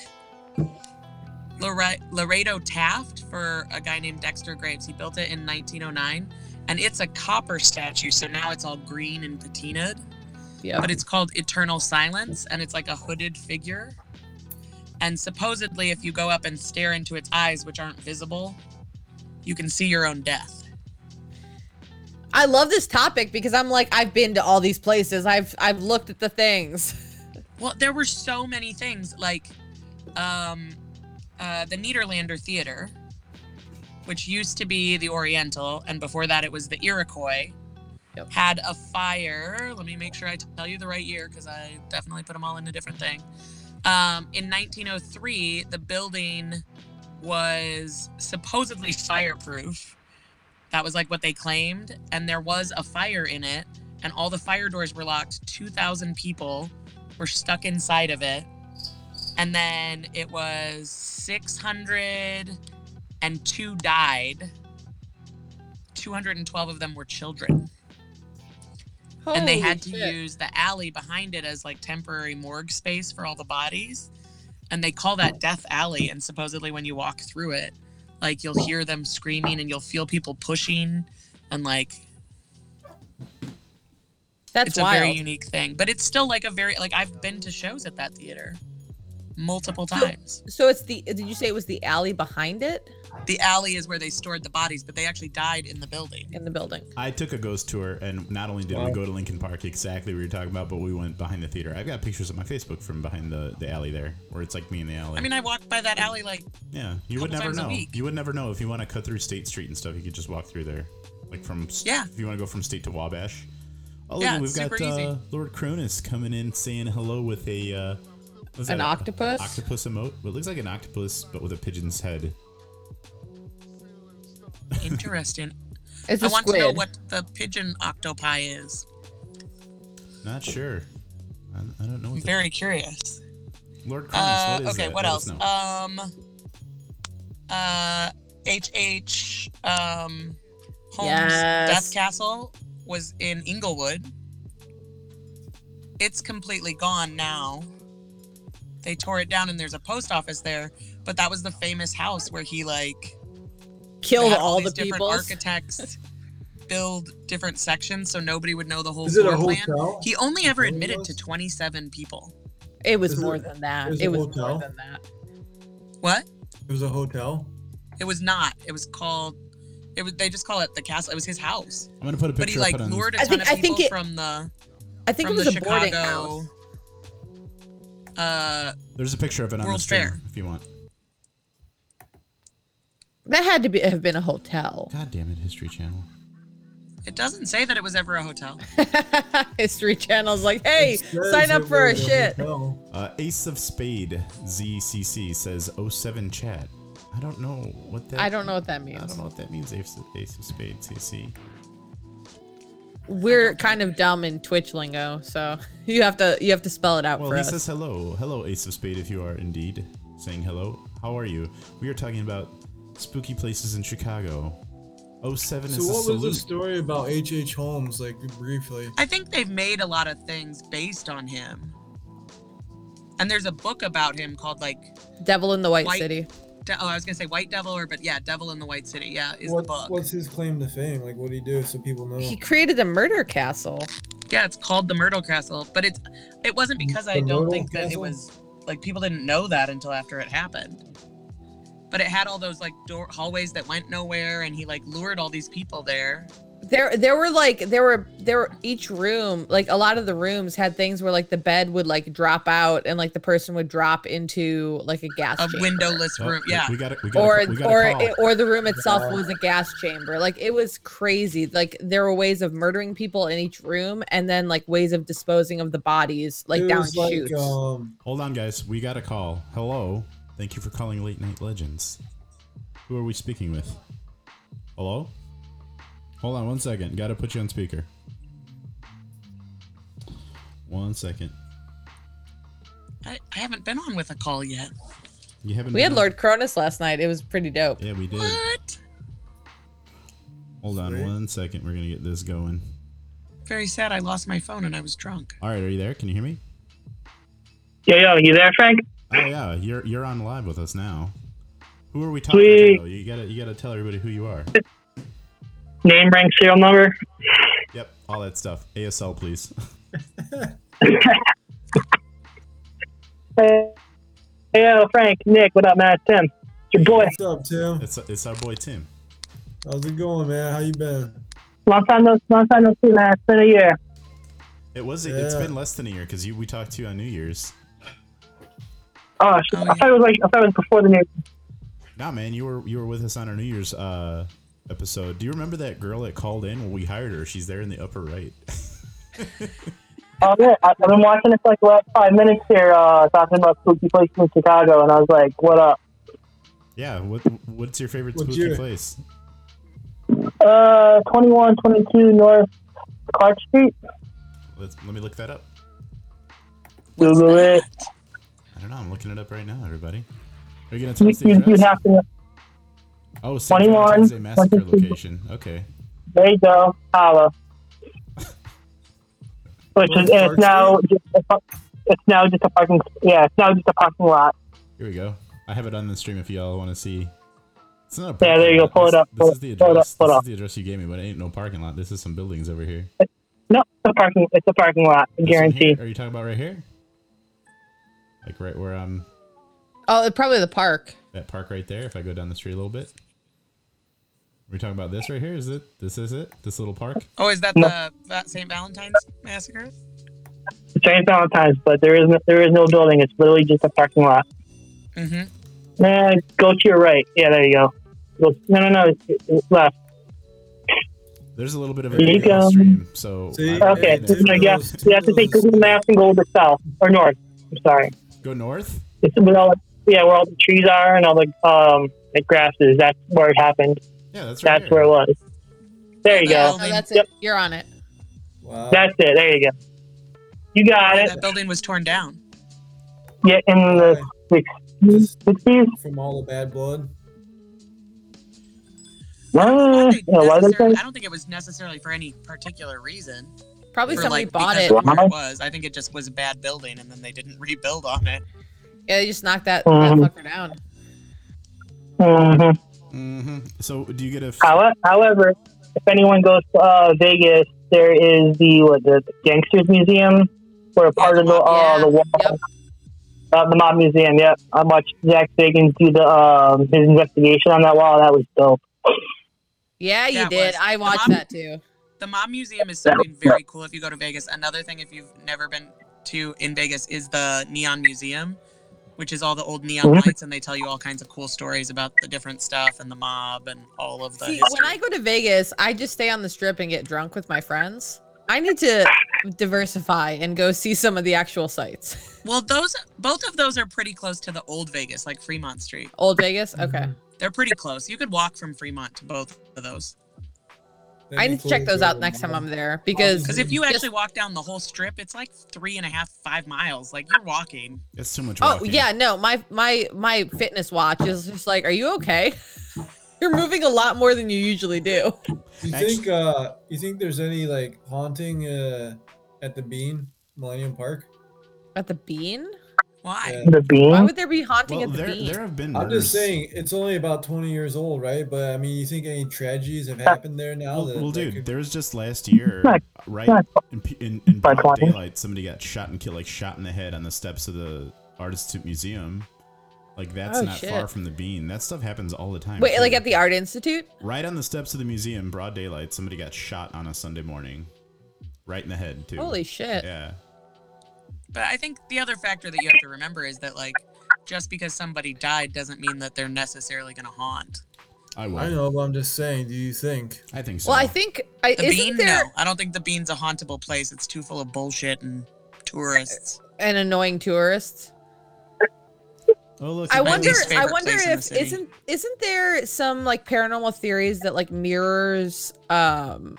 Speaker 1: Lore- Laredo Taft for a guy named Dexter Graves. He built it in 1909, and it's a copper statue, so now it's all green and patinaed
Speaker 3: Yeah.
Speaker 1: but it's called Eternal Silence, and it's like a hooded figure. And supposedly, if you go up and stare into its eyes, which aren't visible, you can see your own death.
Speaker 3: I love this topic because I'm like I've been to all these places. I've I've looked at the things.
Speaker 1: Well, there were so many things like um, uh, the Nederlander Theater, which used to be the Oriental, and before that it was the Iroquois,
Speaker 3: Yep.
Speaker 1: had a fire. Let me make sure I tell you the right year because I definitely put them all in a different thing. Um, in 1903, the building was supposedly fireproof. That was like what they claimed. And there was a fire in it, and all the fire doors were locked. 2,000 people were stuck inside of it. And then it was 602 died. 212 of them were children. and they had to use the alley behind it as like temporary morgue space for all the bodies. And they call that Death Alley. And supposedly, when you walk through it, like you'll hear them screaming and you'll feel people pushing. And like,
Speaker 3: That's
Speaker 1: it's
Speaker 3: wild.
Speaker 1: a very unique thing. But it's still like a very, like, I've been to shows at that theater multiple times.
Speaker 3: so it's the did you say it was the alley behind it
Speaker 1: The alley is where they stored the bodies, but they actually died in the building.
Speaker 3: in the building?
Speaker 5: I took a ghost tour, and not only did we go to Lincoln Park, exactly what you were talking about, but we went behind the theater. I've got pictures on my Facebook from behind the, the alley there, where it's like me in the alley.
Speaker 1: I mean, I walked by that alley like,
Speaker 5: yeah, you would
Speaker 1: couple
Speaker 5: never
Speaker 1: times a
Speaker 5: know.
Speaker 1: week.
Speaker 5: You would never know if you want to cut through State Street and stuff. You could just walk through there, like from s-
Speaker 1: Yeah.
Speaker 5: If you want to go from State to Wabash. Oh,
Speaker 1: Yeah,
Speaker 5: look, we've
Speaker 1: it's super
Speaker 5: got Uh,
Speaker 1: easy.
Speaker 5: Lord Cronus coming in saying hello with a uh, what's
Speaker 3: An
Speaker 5: that?
Speaker 3: octopus?
Speaker 5: Octopus emote. Well, it looks like an octopus, but with a pigeon's head.
Speaker 1: interesting.
Speaker 3: It's
Speaker 1: I
Speaker 3: a
Speaker 1: want
Speaker 3: squid.
Speaker 1: to know what the pigeon octopi is.
Speaker 5: Not sure. I, I don't know
Speaker 1: I'm
Speaker 5: what the
Speaker 1: very curious.
Speaker 5: Lord Cronus.
Speaker 1: Uh,
Speaker 5: what is
Speaker 1: okay,
Speaker 5: that?
Speaker 1: what
Speaker 5: Let us
Speaker 1: else?
Speaker 5: know.
Speaker 1: Um, uh, H.H. Um, Holmes'
Speaker 3: Yes.
Speaker 1: Death Castle was in Inglewood. It's completely gone now. They tore it down, and there's a post office there. But that was the famous house where he like
Speaker 3: Killed
Speaker 1: had
Speaker 3: all the
Speaker 1: these different
Speaker 3: people.
Speaker 1: architects build different sections so nobody would know the whole
Speaker 4: Is it a
Speaker 1: floor plan.
Speaker 4: hotel?
Speaker 1: He only ever
Speaker 4: One of
Speaker 1: admitted to
Speaker 4: those?
Speaker 1: 27 people.
Speaker 3: It was
Speaker 4: Is it-
Speaker 3: more than that.
Speaker 4: is
Speaker 3: It
Speaker 4: it
Speaker 3: was more
Speaker 4: hotel?
Speaker 3: than that.
Speaker 1: What?
Speaker 4: It was a hotel.
Speaker 1: It was not. It was called. It was. They just call it the castle. It was his house.
Speaker 5: I'm gonna put a picture
Speaker 1: But he like
Speaker 5: up on
Speaker 1: lured a
Speaker 3: I
Speaker 1: ton
Speaker 3: think-
Speaker 1: of
Speaker 3: I
Speaker 1: people
Speaker 3: think it-
Speaker 1: from the
Speaker 3: I think
Speaker 1: from
Speaker 3: it was
Speaker 1: the
Speaker 3: a boarding
Speaker 1: Chicago.
Speaker 3: house.
Speaker 1: Uh,
Speaker 5: There's a picture of it on the
Speaker 1: World's
Speaker 5: stream
Speaker 1: Fair.
Speaker 5: if you want.
Speaker 3: That had to be have been a hotel.
Speaker 5: God damn it, History Channel.
Speaker 1: It doesn't say that it was ever a hotel.
Speaker 3: History Channel's like, hey,
Speaker 4: It says
Speaker 3: sign up
Speaker 4: it
Speaker 3: for a
Speaker 4: was
Speaker 3: shit.
Speaker 4: hotel.
Speaker 5: Uh, Ace of Spade ZCC says 07 chat. I don't know what that.
Speaker 3: I don't know what that
Speaker 5: I
Speaker 3: means.
Speaker 5: don't know what that means. Ace of, Ace of Spade CC.
Speaker 3: We're kind of dumb in Twitch lingo, so you have to you have to spell it out
Speaker 5: Well,
Speaker 3: for
Speaker 5: he
Speaker 3: us.
Speaker 5: says hello. Hello, Ace of Spade, if you are indeed saying hello. How are you? We are talking about spooky places in Chicago. 07
Speaker 4: So
Speaker 5: is a
Speaker 4: what was the
Speaker 5: salute.
Speaker 4: story about H.H. H. Holmes, like briefly?
Speaker 1: I think they've made a lot of things based on him. And there's a book about him called like
Speaker 3: Devil in the White,
Speaker 1: White-
Speaker 3: City.
Speaker 1: De- oh, I was gonna say White Devil or but yeah, Devil in the White City. Yeah, is
Speaker 4: What-
Speaker 1: the book.
Speaker 4: What's his claim to fame? Like, what do he do so people know?
Speaker 3: He created a murder castle.
Speaker 1: Yeah, it's called the Myrtle Castle, but it's it wasn't because I don't
Speaker 4: The Myrtle
Speaker 1: think that it
Speaker 4: Castle?
Speaker 1: was like people didn't know that until after it happened. But it had all those like door hallways that went nowhere, and he like lured all these people there.
Speaker 3: There there were like there were there were each room, like a lot of the rooms had things where like the bed would like drop out and like the person would drop into like a gas
Speaker 1: A
Speaker 3: chamber.
Speaker 1: windowless
Speaker 5: Oh,
Speaker 1: room. Yeah,
Speaker 5: We got it. We got
Speaker 3: or
Speaker 5: a, we got
Speaker 3: or
Speaker 5: a call.
Speaker 3: it, or the room itself was a gas chamber. Like it was crazy. Like there were ways of murdering people in each room, and then like ways of disposing of the bodies, like
Speaker 4: It
Speaker 3: down
Speaker 4: was like,
Speaker 3: chutes.
Speaker 4: um,
Speaker 5: Hold on, guys. We got a call. Hello. Thank you for calling Late Night Legends. Who are we speaking with? Hello? Hold on one second. Gotta put you on speaker. One second.
Speaker 1: I, I haven't been on with a call yet.
Speaker 5: You haven't
Speaker 3: we had
Speaker 5: been-
Speaker 3: Lord Cronus last night. It was pretty dope.
Speaker 5: Yeah, we did.
Speaker 1: What?
Speaker 5: Hold on
Speaker 4: Sweet.
Speaker 5: one second. We're gonna get this going.
Speaker 1: Very sad. I lost my phone and I was drunk.
Speaker 5: All right, are you there? Can you hear me?
Speaker 6: Yo, yo, you there, Frank?
Speaker 5: Oh yeah, you're you're on live with us now. Who are we talking
Speaker 6: Sweet.
Speaker 5: to? You gotta you gotta tell everybody who you are.
Speaker 6: Name, rank, serial number.
Speaker 5: Yep, all that stuff. ASL, please.
Speaker 6: Hey, yo, Frank, Nick, what up, man? Tim, it's your boy.
Speaker 4: What's up, Tim?
Speaker 5: it's it's our boy Tim.
Speaker 4: How's it going, man? How you been?
Speaker 6: Long time no, long time no see, man. It's been a year.
Speaker 5: It was. It's
Speaker 4: Yeah.
Speaker 5: been less than a year because you we talked to you on New Year's.
Speaker 6: Oh, shit. I thought it was like I thought it was before the new.
Speaker 5: Nah, man, you were you were with us on our New Year's uh, episode. Do you remember that girl that called in when we hired her? She's there in the upper right.
Speaker 6: Oh yeah, I- I've been watching this like last five minutes here, uh, talking about spooky places in Chicago, and I was like, what up?
Speaker 5: yeah. What what's your favorite
Speaker 4: What's
Speaker 5: spooky
Speaker 4: your-
Speaker 5: place?
Speaker 6: Uh, twenty-one, twenty-two North Clark Street.
Speaker 5: Let's let me look that up.
Speaker 6: Google it.
Speaker 5: I don't know. I'm looking it up right now, everybody. Are you gonna tell
Speaker 6: You,
Speaker 5: us the
Speaker 6: you, you
Speaker 5: address?
Speaker 6: have to.
Speaker 5: Oh, St.
Speaker 6: 21,
Speaker 5: Valentine's Day Massacre
Speaker 6: 22.
Speaker 5: location. Okay.
Speaker 6: There you go. Holla. Which is
Speaker 4: North
Speaker 6: it's now just a, fu- it's now just a parking yeah it's now just a parking lot.
Speaker 5: Here we go. I have it on the stream if y'all want to see. It's not a
Speaker 6: Yeah,
Speaker 5: parking
Speaker 6: there you go.
Speaker 5: lot.
Speaker 6: Pull it
Speaker 5: This-
Speaker 6: up,
Speaker 5: This
Speaker 6: pull
Speaker 5: is
Speaker 6: it-
Speaker 5: the
Speaker 6: pull it up,
Speaker 5: address.
Speaker 6: pull it
Speaker 5: This is
Speaker 6: up.
Speaker 5: the address you gave me, but it ain't no parking lot. This is some buildings over here.
Speaker 6: No, it's a parking it's a parking lot. I
Speaker 5: This one
Speaker 6: guarantee.
Speaker 5: here- Are you talking about right here? Like right where I'm
Speaker 3: Oh, probably the park.
Speaker 5: that park right there. If I go down the street a little bit, we're talking about this right here. Is it? This is it. This little park.
Speaker 1: Oh, is that
Speaker 6: No.
Speaker 1: the Va- St. Valentine's massacre?
Speaker 6: It's St. Valentine's, but there is no, there is no building. It's literally just a parking lot.
Speaker 1: Mm-hmm.
Speaker 6: Nah, go to your right. Yeah, there you go. Go- No, no, no, it's, it's left.
Speaker 5: There's a little bit of a
Speaker 6: There you
Speaker 5: delay on the
Speaker 6: go.
Speaker 5: stream. So
Speaker 4: See?
Speaker 5: I-
Speaker 6: Okay,
Speaker 4: Yeah,
Speaker 6: so
Speaker 4: it's
Speaker 6: you have, you have to take Google Maps and go to south or north. I'm sorry.
Speaker 5: Go north.
Speaker 6: It's with all yeah where all the trees are and all the um the grasses. That's where it happened.
Speaker 5: Yeah, that's right.
Speaker 6: That's where it was. There you go.
Speaker 1: Yeah.
Speaker 3: Oh, that's
Speaker 6: Yep.
Speaker 3: it. You're on it.
Speaker 4: Wow.
Speaker 6: That's it. There you go. You got it.
Speaker 1: That building was torn down.
Speaker 6: Yeah, in the
Speaker 4: Just
Speaker 6: sixties.
Speaker 4: from all the bad blood.
Speaker 6: Uh,
Speaker 1: I
Speaker 6: you
Speaker 1: think
Speaker 6: know, why they say-
Speaker 1: necessarily- I don't think it was necessarily for any particular reason.
Speaker 3: Probably
Speaker 1: For,
Speaker 3: somebody
Speaker 1: like,
Speaker 3: bought
Speaker 1: because
Speaker 3: it.
Speaker 1: of Where
Speaker 6: Wow.
Speaker 1: it was. I think it just was a bad building, and then they didn't rebuild on it.
Speaker 3: Yeah, they just knocked that,
Speaker 6: Um,
Speaker 5: Mm-hmm.
Speaker 3: that fucker down.
Speaker 6: Mhm.
Speaker 5: hmm So do you get a? f-
Speaker 6: Howe- However, if anyone goes to uh, Vegas, there is the what the Gangsters Museum, where part of the uh,
Speaker 3: Yeah.
Speaker 6: the wall,
Speaker 3: Yep.
Speaker 6: uh, the Mob Museum. Yep, I watched Zach Bagans do the um, his investigation on that wall. That was dope.
Speaker 3: Yeah, you
Speaker 1: Yeah, it
Speaker 3: did.
Speaker 1: was.
Speaker 3: I
Speaker 1: The
Speaker 3: watched
Speaker 1: mom-
Speaker 3: that too.
Speaker 1: The Mom Museum is something very cool if you go to Vegas. Another thing, if you've never been to in Vegas, is the Neon Museum, which is all the old neon lights, and they tell you all kinds of cool stories about the different stuff and the mob and all of the.
Speaker 3: See,
Speaker 1: history.
Speaker 3: when I go to Vegas, I just stay on the strip and get drunk with my friends. I need to diversify and go see some of the actual sites.
Speaker 1: Well, those both of those are pretty close to the old Vegas, like Fremont Street.
Speaker 3: Old Vegas? Okay.
Speaker 1: They're pretty close. You could walk from Fremont to both of those.
Speaker 3: I need to check those
Speaker 4: uh,
Speaker 3: out next time I'm there
Speaker 1: Because
Speaker 3: because
Speaker 1: if you
Speaker 3: Just-
Speaker 1: actually walk down the whole strip, it's like three and a half, five miles. Like you're walking.
Speaker 5: That's too much.
Speaker 3: oh
Speaker 5: walking.
Speaker 3: yeah, no, my my my fitness watch is just like, are you okay? You're moving a lot more than you usually do.
Speaker 4: You think uh, you think there's any like haunting uh, at the Bean Millennium Park?
Speaker 3: At the bean?
Speaker 1: Why?
Speaker 4: Yeah.
Speaker 6: The bean.
Speaker 3: Why would there be haunting
Speaker 5: Well,
Speaker 3: at the
Speaker 5: there,
Speaker 3: bean?
Speaker 5: there have been.
Speaker 4: I'm just
Speaker 5: murders.
Speaker 4: saying it's only about 20 years old, right? But I mean, you think any tragedies have happened there now?
Speaker 5: Well,
Speaker 4: that,
Speaker 5: well
Speaker 4: that
Speaker 5: dude,
Speaker 4: could-
Speaker 5: there was just last year,
Speaker 6: not-
Speaker 5: right
Speaker 6: not-
Speaker 5: in, p- in, in
Speaker 6: not
Speaker 5: broad
Speaker 6: climbing.
Speaker 5: daylight, somebody got shot and killed, like shot in the head on the steps of the Artist Museum. Like that's
Speaker 3: Oh,
Speaker 5: not
Speaker 3: shit.
Speaker 5: far from the bean. That stuff happens all the time.
Speaker 3: Wait, like
Speaker 5: too.
Speaker 3: at the art institute?
Speaker 5: right on the steps of the museum, broad daylight, somebody got shot on a Sunday morning, right in the head too.
Speaker 3: Holy shit.
Speaker 5: Yeah.
Speaker 1: But I think the other factor that you have to remember is that like just because somebody died doesn't mean that they're necessarily going to haunt.
Speaker 5: I will.
Speaker 4: I know, but I'm just saying. Do you think?
Speaker 5: I think so.
Speaker 3: Well, I think I
Speaker 1: The
Speaker 3: isn't
Speaker 1: bean?
Speaker 3: there
Speaker 1: No, I don't think the bean's a hauntable place. It's too full of bullshit and tourists.
Speaker 3: an annoying tourist?
Speaker 5: Oh look.
Speaker 3: I
Speaker 5: a
Speaker 1: my
Speaker 3: wonder.
Speaker 1: least
Speaker 3: I
Speaker 1: favorite
Speaker 3: wonder
Speaker 1: place in the
Speaker 3: if
Speaker 1: city.
Speaker 3: isn't isn't there some like paranormal theories that like mirrors um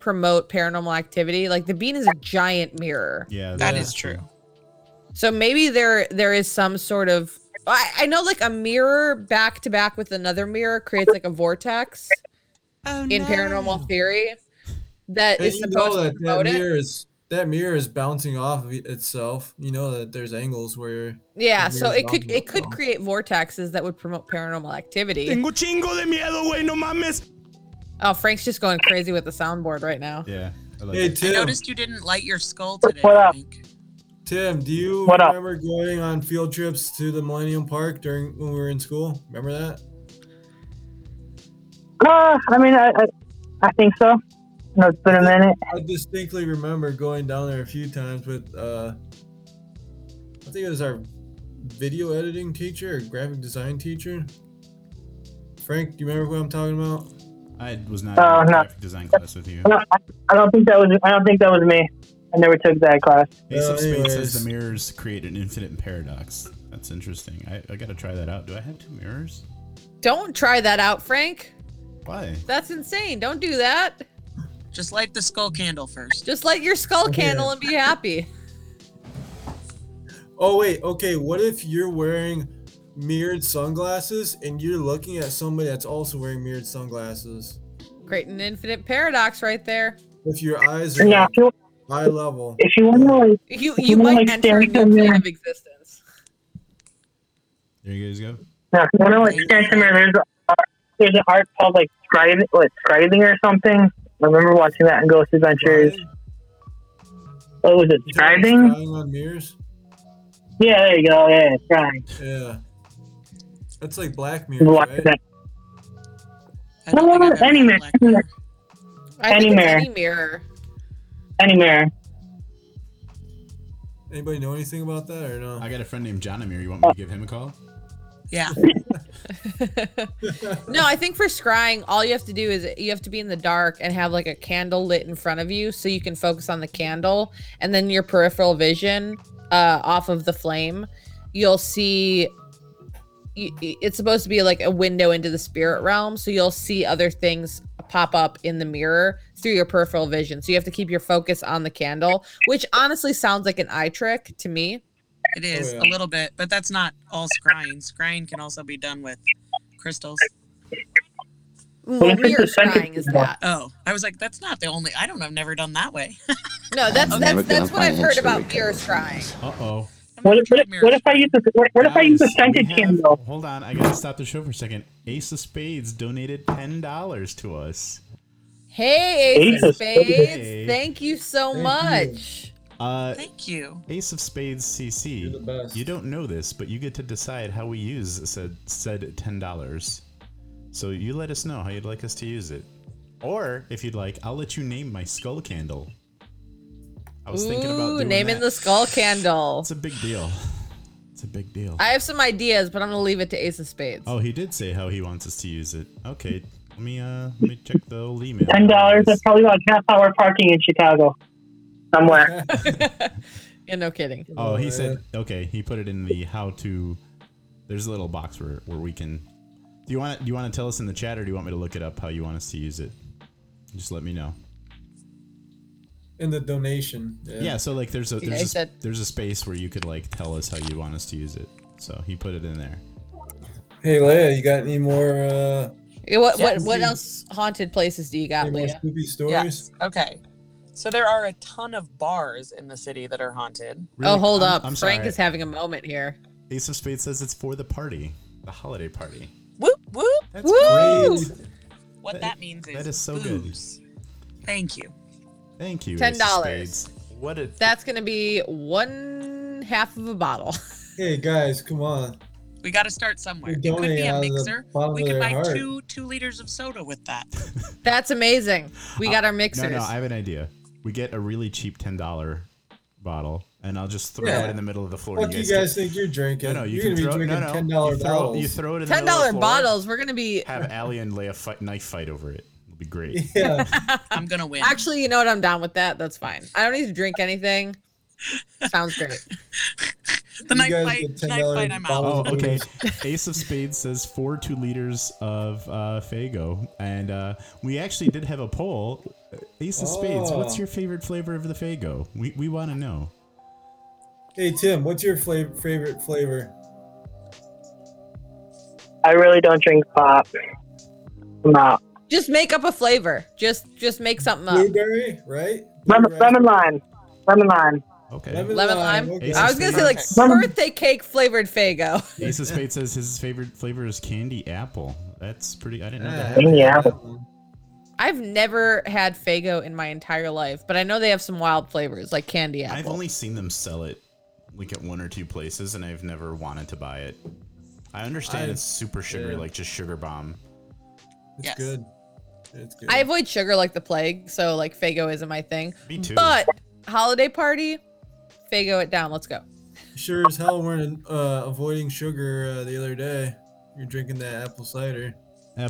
Speaker 3: promote paranormal activity? Like the bean is a giant mirror,
Speaker 5: Yeah.
Speaker 1: That
Speaker 5: that's
Speaker 1: is true.
Speaker 3: so maybe there there is some sort of. I, I know like a mirror back to back with another mirror creates like a vortex
Speaker 5: Oh,
Speaker 3: in paranormal theory that
Speaker 4: And
Speaker 3: is
Speaker 4: you know
Speaker 3: supposed
Speaker 4: that
Speaker 3: to
Speaker 4: that
Speaker 3: promote it.
Speaker 4: mirror is that mirror is bouncing off of it- itself. You know that there's angles where
Speaker 3: Yeah,
Speaker 4: that
Speaker 3: so
Speaker 4: mirror's
Speaker 3: it could
Speaker 4: bouncing
Speaker 3: it could
Speaker 4: off.
Speaker 3: create vortexes that would promote paranormal activity.
Speaker 5: Tengo chingo de miedo, güey. No mames.
Speaker 3: Oh, Frank's just going crazy with the soundboard right now.
Speaker 5: Yeah. I like
Speaker 4: Hey
Speaker 5: it.
Speaker 1: I
Speaker 4: Tim,
Speaker 1: noticed you didn't light your skull today.
Speaker 6: What up?
Speaker 1: Mike.
Speaker 4: Tim, do you
Speaker 6: What up?
Speaker 4: remember going on field trips to the Millennium Park during when we were in school? Remember that?
Speaker 6: Uh, I mean, I, I, I think so. No, it's been a minute.
Speaker 4: I distinctly remember going down there a few times with uh I think it was our video editing teacher or graphic design teacher. Frank, do you remember what I'm talking about?
Speaker 5: I was not
Speaker 6: Oh,
Speaker 5: in
Speaker 6: no.
Speaker 5: graphic design class with you.
Speaker 6: No, I, I don't think that was. I don't think that was me. I never took that class.
Speaker 5: Ace of
Speaker 4: Uh,
Speaker 5: Spades says
Speaker 4: anyways.
Speaker 5: the mirrors create an infinite paradox. That's interesting. I, I gotta try that out. Do I have two mirrors?
Speaker 3: Don't try that out, Frank.
Speaker 5: Why?
Speaker 3: That's insane. Don't do that.
Speaker 1: Just light the skull candle first.
Speaker 3: Just light your skull
Speaker 4: Okay.
Speaker 3: candle and be happy.
Speaker 4: Oh wait, okay, what if you're wearing mirrored sunglasses and you're looking at somebody that's also wearing mirrored sunglasses?
Speaker 3: Create an infinite paradox right there.
Speaker 4: If your eyes are
Speaker 6: Yeah, if you,
Speaker 4: eye level.
Speaker 6: if you want to like,
Speaker 3: You
Speaker 6: You
Speaker 3: you
Speaker 6: mean
Speaker 3: might
Speaker 6: like
Speaker 3: enter a
Speaker 6: staring
Speaker 3: new
Speaker 6: at a
Speaker 3: plane
Speaker 6: mirror?
Speaker 3: of existence.
Speaker 5: There you guys go.
Speaker 6: yeah, if you want to like stand somewhere, there's a, there's an art called like scribing, like scribing or something. I remember watching that in Ghost Adventures. What was it?
Speaker 4: You talking about
Speaker 6: Scribing?
Speaker 4: scrying on mirrors?
Speaker 6: Yeah, there you go. Yeah, scribing.
Speaker 4: Yeah. That's like black mirror.
Speaker 6: Watch
Speaker 4: Right?
Speaker 6: that.
Speaker 1: I don't think
Speaker 6: No,
Speaker 1: I've ever
Speaker 6: any
Speaker 1: had
Speaker 6: mirror.
Speaker 1: black mirror.
Speaker 3: I
Speaker 6: Any
Speaker 3: think it's
Speaker 6: mirror.
Speaker 3: Any mirror.
Speaker 6: Any mirror.
Speaker 4: Anybody know anything about that or no?
Speaker 5: I got a friend named John Amir. You want me to give him a call?
Speaker 1: Yeah.
Speaker 3: No, I think for scrying, all you have to do is you have to be in the dark and have like a candle lit in front of you so you can focus on the candle and then your peripheral vision uh, off of the flame. You'll see y- y- it's supposed to be like a window into the spirit realm. So you'll see other things pop up in the mirror through your peripheral vision. So you have to keep your focus on the candle, which honestly sounds like an eye trick to me.
Speaker 1: It is
Speaker 4: Oh, yeah.
Speaker 1: a little bit, but that's not all scrying. Scrying can also be done with crystals.
Speaker 6: Well,
Speaker 3: Well,
Speaker 6: if it's
Speaker 3: mirror
Speaker 6: a sentence,
Speaker 3: scrying is
Speaker 6: it's
Speaker 3: that.
Speaker 1: Oh, I was like, that's not the only. I don't. I've never done that way.
Speaker 3: No, that's
Speaker 7: I'm never
Speaker 3: that's
Speaker 7: gonna
Speaker 3: that's what I've heard
Speaker 7: financially
Speaker 3: about
Speaker 7: recover
Speaker 3: mirror
Speaker 7: from
Speaker 3: scrying.
Speaker 7: this.
Speaker 5: Uh oh.
Speaker 1: I've
Speaker 6: What
Speaker 1: never
Speaker 6: if, what,
Speaker 1: tried
Speaker 6: if,
Speaker 1: mirror
Speaker 6: what if I use the what, what if I use the
Speaker 5: Guys,
Speaker 6: scented
Speaker 5: we have-
Speaker 6: candle?
Speaker 5: Hold on, I gotta stop the show for a second. Ace of Spades donated ten dollars to us.
Speaker 3: Hey, Ace of
Speaker 6: Jesus.
Speaker 5: Hey.
Speaker 3: Spades. Thank you so
Speaker 4: Thank you.
Speaker 3: much.
Speaker 5: Uh,
Speaker 1: Thank you.
Speaker 5: Ace of Spades CC.
Speaker 4: You're the best.
Speaker 5: You don't know this, but you get to decide how we use said said ten dollars. So you let us know how you'd like us to use it, or if you'd like, I'll let you name my skull candle. I was thinking about
Speaker 3: Ooh,
Speaker 5: doing
Speaker 3: naming
Speaker 5: that.
Speaker 3: the skull candle.
Speaker 5: It's a big deal. It's a big deal.
Speaker 3: I have some ideas, but I'm gonna leave it to Ace of Spades.
Speaker 5: oh, he did say how he wants us to use it. Okay, let me uh, let me check the old email.
Speaker 6: Ten dollars is probably about half hour parking in Chicago, somewhere.
Speaker 3: Yeah, no kidding.
Speaker 5: Oh, he said okay. He put it in the how to. There's a little box where, where we can. Do you want do you want to tell us in the chat or do you want me to look it up how you want us to use it? Just let me know.
Speaker 4: in the donation.
Speaker 5: Yeah. so like there's a
Speaker 3: Yeah,
Speaker 5: there's
Speaker 3: he
Speaker 5: a,
Speaker 3: said-
Speaker 5: there's a space where you could like tell us how you want us to use it. So he put it in there.
Speaker 3: Oh,
Speaker 4: Hey Leia, you got any more uh
Speaker 3: Yeah, What what what else haunted places do you got,
Speaker 4: any more
Speaker 3: Leah?
Speaker 4: spooky stories?
Speaker 1: Yes. Okay. So there are a ton of bars in the city that are haunted.
Speaker 3: Oh, hold
Speaker 5: I'm-
Speaker 3: up.
Speaker 5: I'm
Speaker 3: Frank
Speaker 5: sorry.
Speaker 3: is having a moment here.
Speaker 5: Ace of Spades says it's for the party, the holiday party.
Speaker 1: Whoop whoop.
Speaker 5: That's
Speaker 3: Woo!
Speaker 5: great.
Speaker 1: What that,
Speaker 5: That-
Speaker 1: means is
Speaker 5: that is so good.
Speaker 1: booze. Thank you.
Speaker 5: Thank you.
Speaker 3: $10.
Speaker 5: Ace of Spades. What a
Speaker 3: That's gonna be one half of a bottle.
Speaker 4: Hey guys, come on.
Speaker 1: We got to start somewhere.
Speaker 4: You're
Speaker 1: It could be
Speaker 4: donating out
Speaker 1: a
Speaker 4: of the
Speaker 1: mixer.
Speaker 4: bottom
Speaker 1: We
Speaker 4: of
Speaker 1: could
Speaker 4: their
Speaker 1: buy
Speaker 4: heart.
Speaker 1: two two liters of soda with that.
Speaker 3: That's amazing. We got our
Speaker 5: Uh, No,
Speaker 3: mixers.
Speaker 5: no, I have an idea. We get a really cheap ten dollar bottle, and I'll just throw
Speaker 4: Yeah.
Speaker 5: it in the middle of the floor.
Speaker 4: What do you
Speaker 5: can-
Speaker 4: guys think you're drinking?
Speaker 5: No, no, you
Speaker 4: are
Speaker 5: can
Speaker 4: gonna
Speaker 5: throw.
Speaker 4: be drinking
Speaker 5: no, no,
Speaker 4: ten dollar
Speaker 5: you throw,
Speaker 4: bottles.
Speaker 5: You throw it in the
Speaker 3: Ten
Speaker 5: middle of
Speaker 3: dollar
Speaker 5: the floor,
Speaker 3: bottles. We're gonna be
Speaker 5: Have Allie and Leia fight, knife fight over it. It'll be great.
Speaker 4: yeah.
Speaker 1: I'm gonna win.
Speaker 3: actually. You know what? I'm down with that. That's fine. I don't need to drink anything. Sounds great.
Speaker 1: the
Speaker 4: you
Speaker 1: knife
Speaker 4: guys
Speaker 1: fight,
Speaker 4: get
Speaker 1: knife
Speaker 4: $10
Speaker 1: fight. I'm out.
Speaker 5: Oh,
Speaker 4: bottles.
Speaker 5: okay. Ace of Spades says four two liters of uh, Fago, and uh, we actually did have a poll. Ace of Spades, what's
Speaker 4: Oh.
Speaker 5: your favorite flavor of the Fago? We we want to know.
Speaker 4: Hey Tim, what's your flavor, favorite flavor?
Speaker 6: I really don't drink pop. I'm out.
Speaker 3: Just make up a flavor. Just just make something up.
Speaker 4: Blueberry, right?
Speaker 6: Lemon,
Speaker 4: Blueberry.
Speaker 6: lemon lime. Lemon lime.
Speaker 5: Okay.
Speaker 4: Lemon
Speaker 3: Lemon
Speaker 4: lime,
Speaker 3: lime.
Speaker 4: okay.
Speaker 3: I was gonna say like
Speaker 1: Perfect.
Speaker 3: birthday cake flavored Fago.
Speaker 5: Ace of Spades says his favorite flavor is candy apple. That's pretty. I didn't know that.
Speaker 6: Candy
Speaker 4: Ah, Yeah.
Speaker 6: apple.
Speaker 3: I've never had Fago in my entire life, but I know they have some wild flavors like candy apple.
Speaker 5: I've only seen them sell it like at one or two places, and I've never wanted to buy it. I understand
Speaker 4: I-
Speaker 5: it's super sugary,
Speaker 4: yeah.
Speaker 5: like just sugar bomb.
Speaker 4: It's
Speaker 1: Yes.
Speaker 4: good. It's good.
Speaker 3: I avoid sugar like the plague, so like Fago isn't my thing.
Speaker 5: Me too.
Speaker 3: But holiday party, Fago it down. Let's go.
Speaker 4: sure as hell weren't uh, avoiding sugar uh, the other day. You're drinking that apple cider.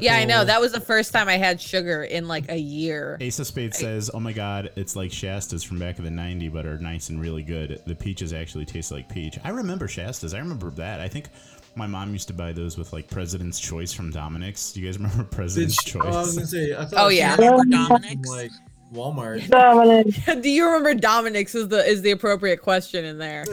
Speaker 3: Yeah, I know.
Speaker 5: Apple-
Speaker 3: That was the first time I had sugar in like a year.
Speaker 5: Ace of Spades says, "Oh my God, it's like Shastas from back of the '90, but are nice and really good. The peaches actually taste like peach. I remember Shastas. I remember that. I think my mom used to buy those with like President's Choice from Dominic's. Do you guys remember
Speaker 4: Did
Speaker 5: President's
Speaker 4: she,
Speaker 5: Choice?
Speaker 4: I was gonna say, I thought
Speaker 3: Oh,
Speaker 4: she
Speaker 3: yeah.
Speaker 4: got
Speaker 1: Remember
Speaker 4: it from,
Speaker 1: Dominic's?
Speaker 4: Like Walmart.
Speaker 6: So, and then
Speaker 3: Do you remember Dominic's is the is the appropriate question in there?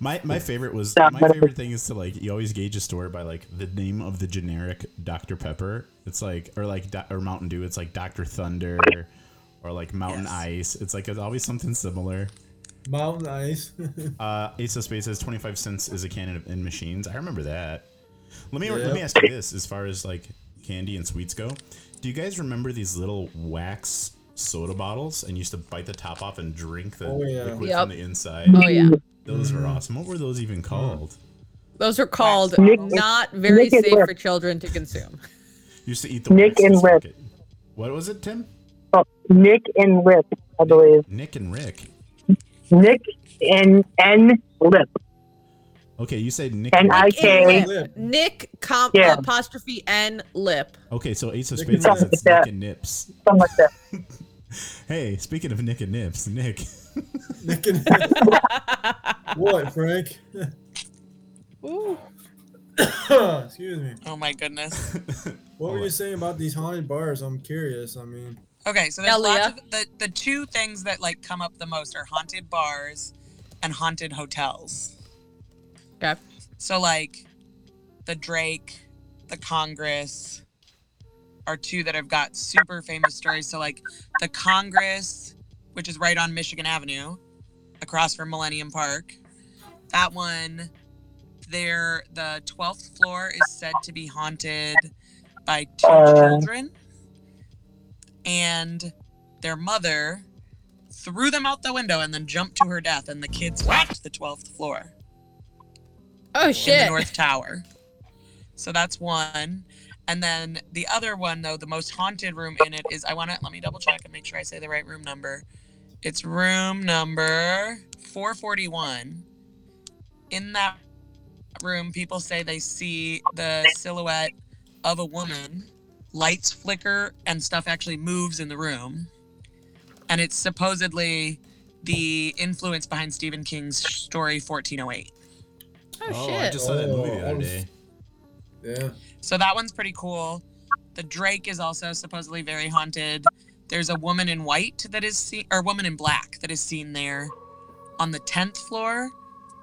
Speaker 5: My my favorite was
Speaker 6: Yeah,
Speaker 5: my
Speaker 6: but-
Speaker 5: favorite thing is to like you always gauge a store by like the name of the generic Dr Pepper. It's like or like Do- or Mountain Dew. It's like Dr Thunder or like Mountain
Speaker 1: Yes.
Speaker 5: Ice. It's like it's always something similar.
Speaker 4: Mountain ice.
Speaker 5: Uh, Ace of Spades says twenty five cents is a can of in machines. I remember that. Let me
Speaker 4: Yeah.
Speaker 5: let me ask you this: as far as like candy and sweets go, do you guys remember these little wax soda bottles and used to bite the top off and drink the
Speaker 4: Oh, yeah.
Speaker 5: liquid
Speaker 3: Yep.
Speaker 5: from the inside?
Speaker 3: Oh yeah.
Speaker 5: Those were awesome. What were those even called?
Speaker 3: Those are called
Speaker 6: Nick-
Speaker 3: not very
Speaker 6: Nick and
Speaker 3: safe
Speaker 6: Whip.
Speaker 3: for children to consume.
Speaker 5: Used to eat the
Speaker 6: Nick
Speaker 5: Wax's
Speaker 6: and Rip.
Speaker 5: Market. What was it, Tim?
Speaker 6: oh, Nick and Lip, I believe.
Speaker 5: Nick and Rick.
Speaker 6: Nick and N Lip.
Speaker 5: Okay, you said Nick.
Speaker 6: N
Speaker 5: and
Speaker 6: I
Speaker 5: Rick.
Speaker 6: K.
Speaker 4: Lip.
Speaker 3: Nick com-
Speaker 6: Yeah.
Speaker 3: apostrophe N lip.
Speaker 5: Okay, so Ace of
Speaker 4: Nick and
Speaker 5: Spades says
Speaker 6: Rick.
Speaker 5: it's Nick and Nips.
Speaker 6: Something like that.
Speaker 5: Hey, speaking of Nick and Nips, Nick.
Speaker 4: Nick and- what, Frank?
Speaker 3: Ooh.
Speaker 4: Excuse me.
Speaker 1: Oh my goodness.
Speaker 4: What were
Speaker 5: Oh,
Speaker 4: you
Speaker 5: wait.
Speaker 4: saying about these haunted bars? I'm curious. I mean,
Speaker 1: Okay, so there's
Speaker 3: Yeah,
Speaker 1: lots of the the two things that like come up the most are haunted bars and haunted hotels.
Speaker 3: Okay.
Speaker 1: So like the Drake, the Congress are two that have got super famous stories. So like the Congress, which is right on Michigan Avenue, across from Millennium Park. That one there the 12th floor is said to be haunted by two
Speaker 6: Uh.
Speaker 1: children and their mother threw them out the window and then jumped to her death and the kids walked the 12th floor
Speaker 3: Oh
Speaker 1: in the
Speaker 3: shit.
Speaker 1: North Tower. So that's one. And then the other one, though, the most haunted room in it is I want to let me double check and make sure I say the right room number. It's room number 441. In that room, people say they see the silhouette of a woman. Lights flicker and stuff actually moves in the room. And it's supposedly the influence behind Stephen King's story 1408.
Speaker 3: Oh,
Speaker 5: Oh,
Speaker 3: shit.
Speaker 5: I just saw that
Speaker 4: Oh,
Speaker 5: movie the
Speaker 4: I
Speaker 5: other
Speaker 4: was-
Speaker 5: day.
Speaker 4: Yeah.
Speaker 1: So that one's pretty cool. The Drake is also supposedly very haunted. There's a woman in white that is seen, or woman in black that is seen there on the 10th floor.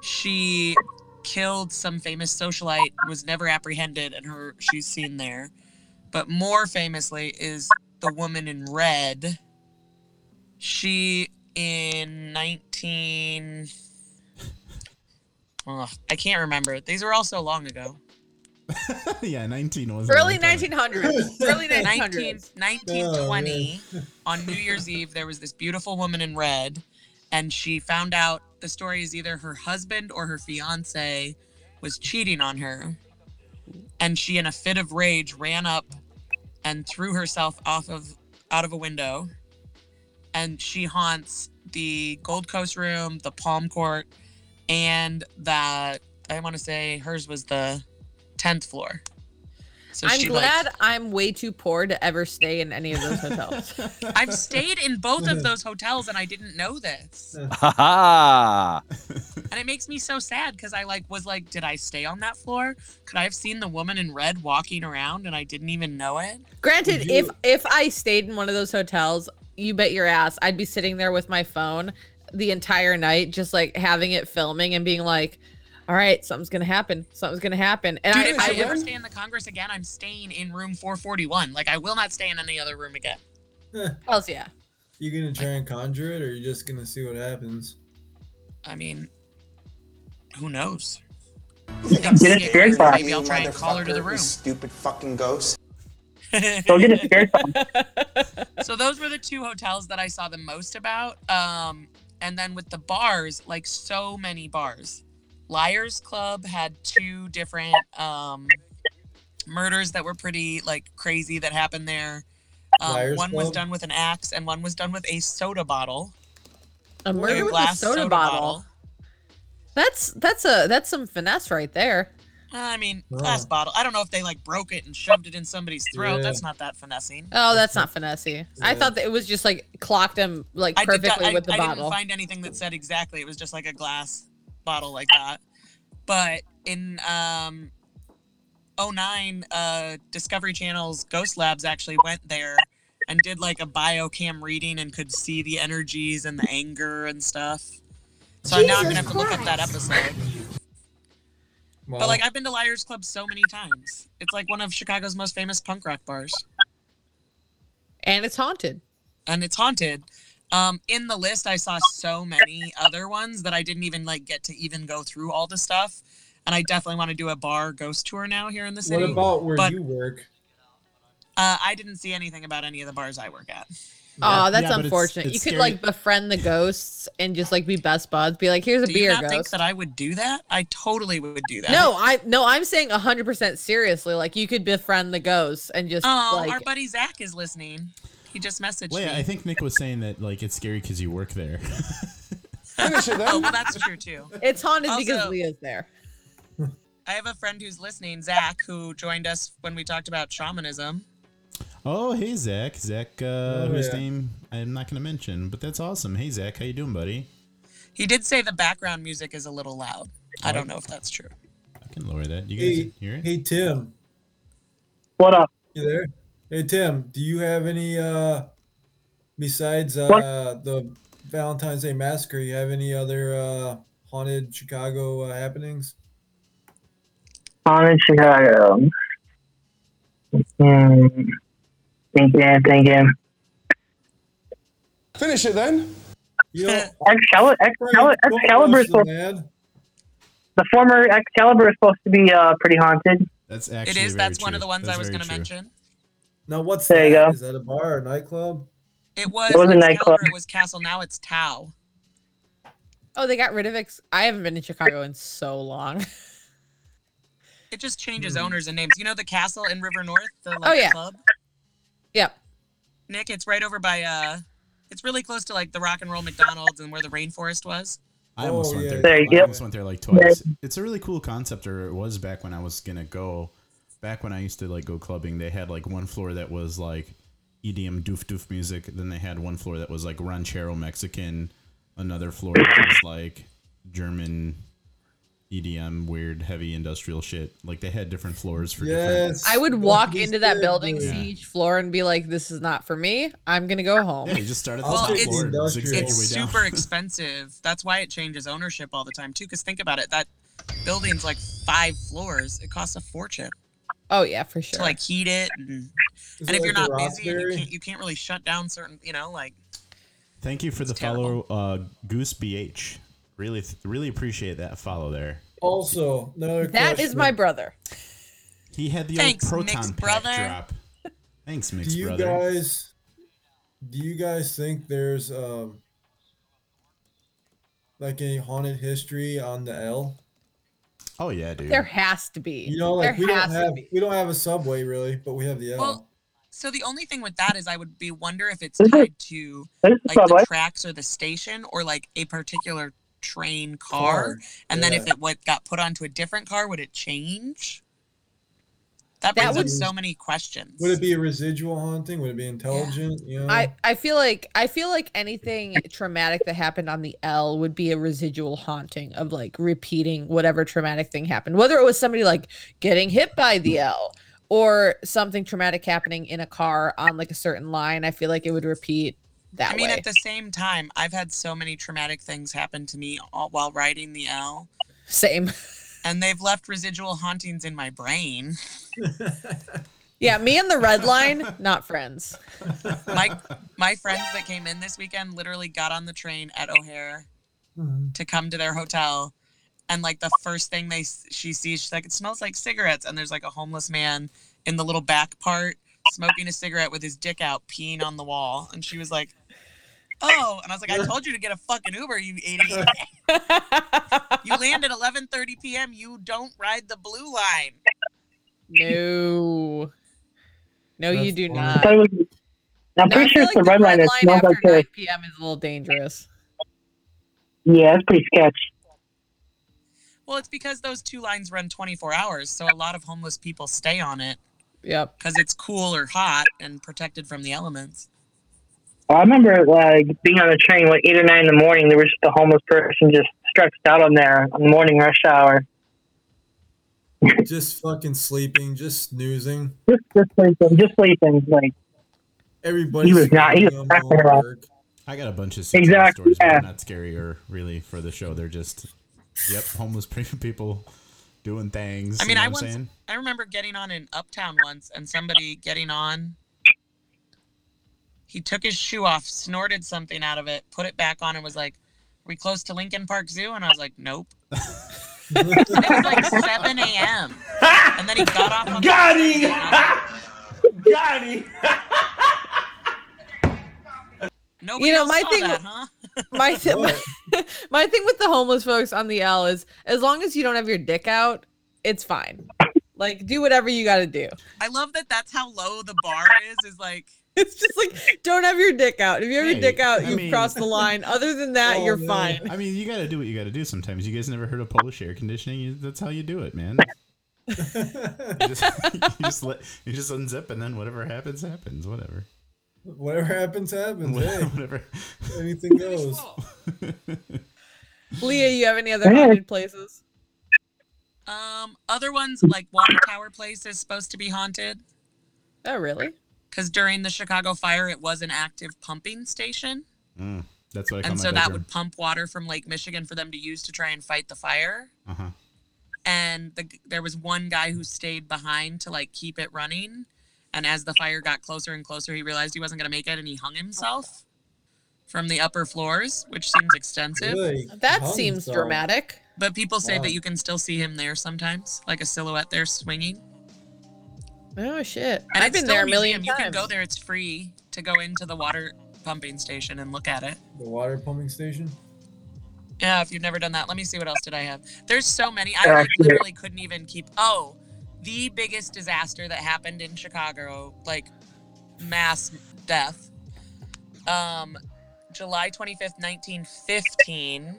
Speaker 1: She killed some famous socialite, was never apprehended, and her she's seen there. But more famously is the woman in red. She in 19. Ugh, I can't remember. These were all so long ago.
Speaker 5: yeah, 19 was
Speaker 3: Early 1900s. Early
Speaker 1: 19,
Speaker 3: 1900s.
Speaker 1: 1920 on New Year's Eve, there was this beautiful woman in red, and she found out the story is either her husband or her fiance was cheating on her. And she, in a fit of rage, ran up and threw herself off of out of a window. And she haunts the Gold Coast room, the Palm Court, and that I want to say hers was the 10th floor. So
Speaker 3: I'm
Speaker 1: she, like-
Speaker 3: glad I'm way too poor to ever stay in any of those hotels.
Speaker 1: I've stayed in both of those hotels and I didn't know this.
Speaker 7: Ha ha!
Speaker 1: And it makes me so sad because I like was like, did I stay on that floor? Could I have seen the woman in red walking around and I didn't even know it?
Speaker 3: Granted,
Speaker 4: You-
Speaker 3: if if I stayed in one of those hotels, you bet your ass I'd be sitting there with my phone the entire night, just like having it filming and being like, "All right, something's gonna happen. Something's gonna happen." And
Speaker 1: Dude, if I
Speaker 3: I, I
Speaker 1: ever
Speaker 3: would.
Speaker 1: stay in the Congress again, I'm staying in room 441. Like I will not stay in any other room again.
Speaker 3: Hells yeah.
Speaker 4: You gonna try and conjure it, or you just gonna see what happens?
Speaker 1: I mean, who knows?
Speaker 6: Get a spirit box.
Speaker 1: Maybe I'll try and call her to the
Speaker 8: Motherfucker,
Speaker 1: room.
Speaker 8: you Stupid fucking ghost.
Speaker 6: Go get a spirit box.
Speaker 1: so those were the two hotels that I saw the most about. Um, and then with the bars, like so many bars. Liars Club had two different um, murders that were pretty like crazy that happened there. Um,
Speaker 4: Liars
Speaker 1: one was
Speaker 4: Club?
Speaker 1: done with an axe, and one was done with a soda bottle,
Speaker 3: A
Speaker 1: like
Speaker 3: murder
Speaker 1: a
Speaker 3: with a
Speaker 1: glass
Speaker 3: soda, bottle. That's that's a that's some finesse right there.
Speaker 1: Uh, I mean,
Speaker 4: Wow.
Speaker 1: glass bottle. I don't know if they like broke it and shoved it in somebody's throat.
Speaker 4: Yeah.
Speaker 1: That's not that finessing.
Speaker 3: Oh, that's not finessey. I
Speaker 4: Yeah.
Speaker 3: thought that it was just like clocked him like
Speaker 1: I did
Speaker 3: perfectly
Speaker 1: not- I-
Speaker 3: with the
Speaker 1: I
Speaker 3: bottle.
Speaker 1: didn't find anything that said exactly. It was just like a glass bottle like that. But in um 09, uh Discovery Channel's Ghost Labs actually went there and did like a biocam reading and could see the energies and the anger and stuff. So now I'm gonna have to look up that episode.
Speaker 4: Well,
Speaker 1: But like I've been to Liars Club so many times. It's like one of Chicago's most famous punk rock bars.
Speaker 3: and it's haunted.
Speaker 1: and it's haunted. Um, in the list, I saw so many other ones that I didn't even like get to even go through all the stuff. And I definitely want to do a bar ghost tour now here in the
Speaker 4: what
Speaker 1: city.
Speaker 4: about where
Speaker 1: but-
Speaker 4: you work?
Speaker 1: uh, I didn't see anything about any of the bars I work at.
Speaker 3: Oh, that's
Speaker 5: Yeah, but it's-
Speaker 3: unfortunate.
Speaker 5: it's
Speaker 3: you could
Speaker 5: scary.
Speaker 3: like befriend the ghosts and just like be best buds. Be like, here's a
Speaker 1: Do you
Speaker 3: beer
Speaker 1: not think
Speaker 3: ghost.
Speaker 1: that I would do that? I totally would do that.
Speaker 3: No, I no, I'm saying 100% seriously. Like you could befriend the ghosts and just
Speaker 1: Oh,
Speaker 3: like
Speaker 1: our buddy Zach is listening. He just messaged
Speaker 5: Wait,
Speaker 1: me.
Speaker 5: I think Nick was saying that like it's scary because you work there.
Speaker 8: Finish it
Speaker 1: oh,
Speaker 8: then.
Speaker 1: well, that's true too.
Speaker 3: it's haunted because
Speaker 1: Also-
Speaker 3: Leah's there.
Speaker 1: I have a friend who's listening, Zach, who joined us when we talked about shamanism.
Speaker 5: oh, hey Zach, Zach, uh,
Speaker 4: Oh,
Speaker 5: whose
Speaker 4: yeah.
Speaker 5: name I'm not gonna mention, but that's awesome. Hey Zach, how you doing, buddy?
Speaker 1: He did say the background music is a little loud. I don't know if that's true.
Speaker 5: I can lower that. You guys
Speaker 4: Hey,
Speaker 5: hear it?
Speaker 4: hey Tim,
Speaker 6: What up?
Speaker 4: you there? Hey Tim, do you have any uh besides uh
Speaker 6: What?
Speaker 4: the Valentine's Day massacre? You have any other uh haunted Chicago uh, happenings?
Speaker 6: Haunted Chicago. Hmm. Thinking, thinking.
Speaker 8: Finish it then.
Speaker 4: You know,
Speaker 6: Excalibur, Excalibur, Excalibur's supposed,
Speaker 4: Lad.
Speaker 6: the former Excalibur is supposed to be uh, pretty haunted.
Speaker 5: That's actually
Speaker 1: it is.
Speaker 5: very
Speaker 1: That's one
Speaker 5: true.
Speaker 1: of the ones
Speaker 5: That's
Speaker 1: I was
Speaker 5: very
Speaker 1: going to
Speaker 5: true.
Speaker 1: mention.
Speaker 4: Now what's
Speaker 6: There you
Speaker 4: that?
Speaker 6: go.
Speaker 4: Is that a bar or nightclub?
Speaker 1: It was.
Speaker 6: It was a
Speaker 1: Excalibur,
Speaker 6: nightclub.
Speaker 1: It was Castle. Now it's Tau.
Speaker 3: Oh, they got rid of ex- I haven't been in Chicago in so long.
Speaker 1: It just changes owners and names. You know the castle in River North, the like,
Speaker 3: Oh, yeah.
Speaker 1: club.
Speaker 3: yep.
Speaker 1: Nick, it's right over by. uh It's really close to like the Rock and Roll McDonald's and where the rainforest was.
Speaker 5: I almost
Speaker 4: Oh,
Speaker 5: went
Speaker 4: yeah.
Speaker 5: there.
Speaker 6: There you
Speaker 5: I
Speaker 6: go.
Speaker 5: almost went there like twice. It's a really cool concept, or it was back when I was gonna go. Back when I used to like go clubbing, they had like one floor that was like EDM doof doof music. Then they had one floor that was like ranchero Mexican. Another floor that was like German EDM weird heavy industrial shit. Like they had different floors for different.
Speaker 4: Yes.
Speaker 3: I would walk
Speaker 4: He's
Speaker 3: into that
Speaker 4: good,
Speaker 3: building,
Speaker 4: dude.
Speaker 5: Yeah.
Speaker 3: see each floor, and be like, "This is not for me. I'm gonna go home."
Speaker 5: Yeah, you just started at the
Speaker 1: Well,
Speaker 5: top
Speaker 1: it's-
Speaker 5: floor and zigzagged your
Speaker 1: it's
Speaker 5: way down.
Speaker 1: super expensive. That's why it changes ownership all the time too. Because think about it, that building's like five floors. It costs a fortune
Speaker 3: Oh yeah, for sure.
Speaker 1: to like heat it, and,
Speaker 4: Is
Speaker 1: and
Speaker 4: it
Speaker 1: if you're
Speaker 4: like
Speaker 1: not
Speaker 4: the
Speaker 1: busy, and you
Speaker 4: Roxbury?
Speaker 1: can't, you can't really shut down certain. You know, like
Speaker 5: Thank you for the
Speaker 1: It's terrible.
Speaker 5: follow, uh, Goose BH. Really, th- really appreciate that follow there.
Speaker 4: Also, another
Speaker 3: that is
Speaker 4: question.
Speaker 3: my brother.
Speaker 5: He had the
Speaker 1: Thanks,
Speaker 5: old proton
Speaker 1: mixed
Speaker 5: pack
Speaker 1: brother.
Speaker 5: drop. Thanks, mixed
Speaker 4: Do you
Speaker 5: brother.
Speaker 4: guys do you guys think there's um like a haunted history on the L?
Speaker 5: oh yeah, dude.
Speaker 3: There has to be.
Speaker 4: You know, like
Speaker 3: there
Speaker 4: we don't
Speaker 3: has to
Speaker 4: have
Speaker 3: be.
Speaker 4: we don't have a subway really, but we have the L.
Speaker 1: Well, so the only thing with that is I would be wonder if it's
Speaker 6: Is it-
Speaker 1: tied to
Speaker 6: This is
Speaker 1: like
Speaker 6: Subway.
Speaker 1: the tracks or the station or like a particular train car,
Speaker 4: Car,
Speaker 1: and then if
Speaker 4: yeah.
Speaker 1: it what got put onto a different car, would it change? That
Speaker 3: That
Speaker 1: brings
Speaker 3: would-
Speaker 1: up so many questions.
Speaker 4: Would it be a residual haunting? Would it be intelligent? You know,
Speaker 3: I, I feel like I feel like anything traumatic that happened on the L would be a residual haunting of like repeating whatever traumatic thing happened, whether it was somebody like getting hit by the
Speaker 4: Mm.
Speaker 3: L or something traumatic happening in a car on like a certain line. I feel like it would repeat that
Speaker 1: I mean,
Speaker 3: way.
Speaker 1: at the same time, I've had so many traumatic things happen to me all, while riding the L,
Speaker 3: Same.
Speaker 1: and they've left residual hauntings in my brain.
Speaker 3: Yeah, me and the red line, not friends.
Speaker 1: My my friends that came in this weekend literally got on the train at O'Hare
Speaker 4: Mm-hmm.
Speaker 1: to come to their hotel, and like the first thing they s- she sees, she's like, "It smells like cigarettes," and there's like a homeless man in the little back part smoking a cigarette with his dick out, peeing on the wall, and she was like. Oh, and I was like, I told you to get a fucking Uber, you idiot. You land at 11:30 p.m. You don't ride the blue line.
Speaker 3: No. No, you
Speaker 4: That's
Speaker 3: do
Speaker 4: funny.
Speaker 3: not.
Speaker 6: So, I'm
Speaker 3: No, I
Speaker 6: pretty sure
Speaker 3: feel
Speaker 6: it's the red line that smells
Speaker 3: after
Speaker 6: like the.
Speaker 3: 9 p.m. is a little dangerous.
Speaker 6: Yeah, it's pretty sketch.
Speaker 1: Well, it's because those two lines run 24 hours, so a lot of homeless people stay on it
Speaker 3: Yep.
Speaker 1: because it's cool or hot and protected from the elements.
Speaker 6: Well, I remember like being on the train like eight or nine in the morning. There was just a homeless person just stretched out on there on the morning rush hour.
Speaker 4: just fucking sleeping, just snoozing.
Speaker 6: Just, just sleeping, just sleeping. Like
Speaker 4: Everybody.
Speaker 6: He was not- he was not gonna lie.
Speaker 5: I got a bunch of sitcom
Speaker 6: Exact-
Speaker 5: stories, but
Speaker 6: yeah.
Speaker 5: they're not scary or really for the show. They're just, yep, homeless people doing things.
Speaker 1: I mean,
Speaker 5: you know
Speaker 1: I
Speaker 5: what I'm
Speaker 1: once
Speaker 5: saying?
Speaker 1: I remember getting on in Uptown once and somebody getting on. He took his shoe off, snorted something out of it, put it back on, and was like, "Are we close to Lincoln Park Zoo?" And I was like, "Nope." And it was like 7 a.m. And then he got off. On
Speaker 8: Got
Speaker 1: the
Speaker 8: him! Got him!
Speaker 1: Nobody
Speaker 3: You know,
Speaker 1: else
Speaker 3: my
Speaker 1: saw
Speaker 3: thing-
Speaker 1: that, huh?
Speaker 3: my, th- my my thing with the homeless folks on the L is as long as you don't have your dick out, it's fine. Like do whatever you got to do.
Speaker 1: I love that that's how low the bar is. Is like,
Speaker 3: It's just like don't have your dick out. If you have your dick
Speaker 5: Hey,
Speaker 3: out,
Speaker 5: I
Speaker 3: you've
Speaker 5: mean-
Speaker 3: crossed the line. Other than that,
Speaker 4: Oh,
Speaker 3: you're
Speaker 4: no.
Speaker 3: fine.
Speaker 5: I mean, you got to do what you got to do sometimes. You guys never heard of Polish air conditioning? You, that's how you do it, man. You just, you just let you just unzip and then whatever happens happens whatever
Speaker 4: Whatever happens, happens. hey,
Speaker 5: whatever
Speaker 4: anything goes.
Speaker 3: Leah, you have any other
Speaker 6: Yeah.
Speaker 3: haunted places?
Speaker 1: um, other ones like Water Tower Place is supposed to be haunted
Speaker 3: Oh, really?
Speaker 1: because during the Chicago fire, it was an active pumping station,
Speaker 5: Mm, that's what I call
Speaker 1: and
Speaker 5: my
Speaker 1: so that
Speaker 5: bedroom.
Speaker 1: would pump water from Lake Michigan for them to use to try and fight the fire.
Speaker 5: uh-huh.
Speaker 1: And the, there was one guy who stayed behind to like keep it running, and as the fire got closer and closer, he realized he wasn't going to make it, and he hung himself from the upper floors, which seems extensive.
Speaker 4: Really,
Speaker 3: That
Speaker 4: hung
Speaker 3: seems
Speaker 4: himself.
Speaker 3: dramatic.
Speaker 1: But people say
Speaker 4: Wow.
Speaker 1: that you can still see him there sometimes, like a silhouette there swinging.
Speaker 3: Oh shit.
Speaker 1: And
Speaker 3: I've
Speaker 1: it's
Speaker 3: been
Speaker 1: still
Speaker 3: there a million
Speaker 1: museum.
Speaker 3: times.
Speaker 1: You can go there; it's free to go into the water pumping station and look at it.
Speaker 4: The water pumping station.
Speaker 1: Yeah, if you've never done that, let me see what else did I have. There's so many. I
Speaker 6: Yeah,
Speaker 1: like,
Speaker 6: yeah.
Speaker 1: literally couldn't even keep. Oh, the biggest disaster that happened in Chicago, like mass death. Um, July 25th, 1915.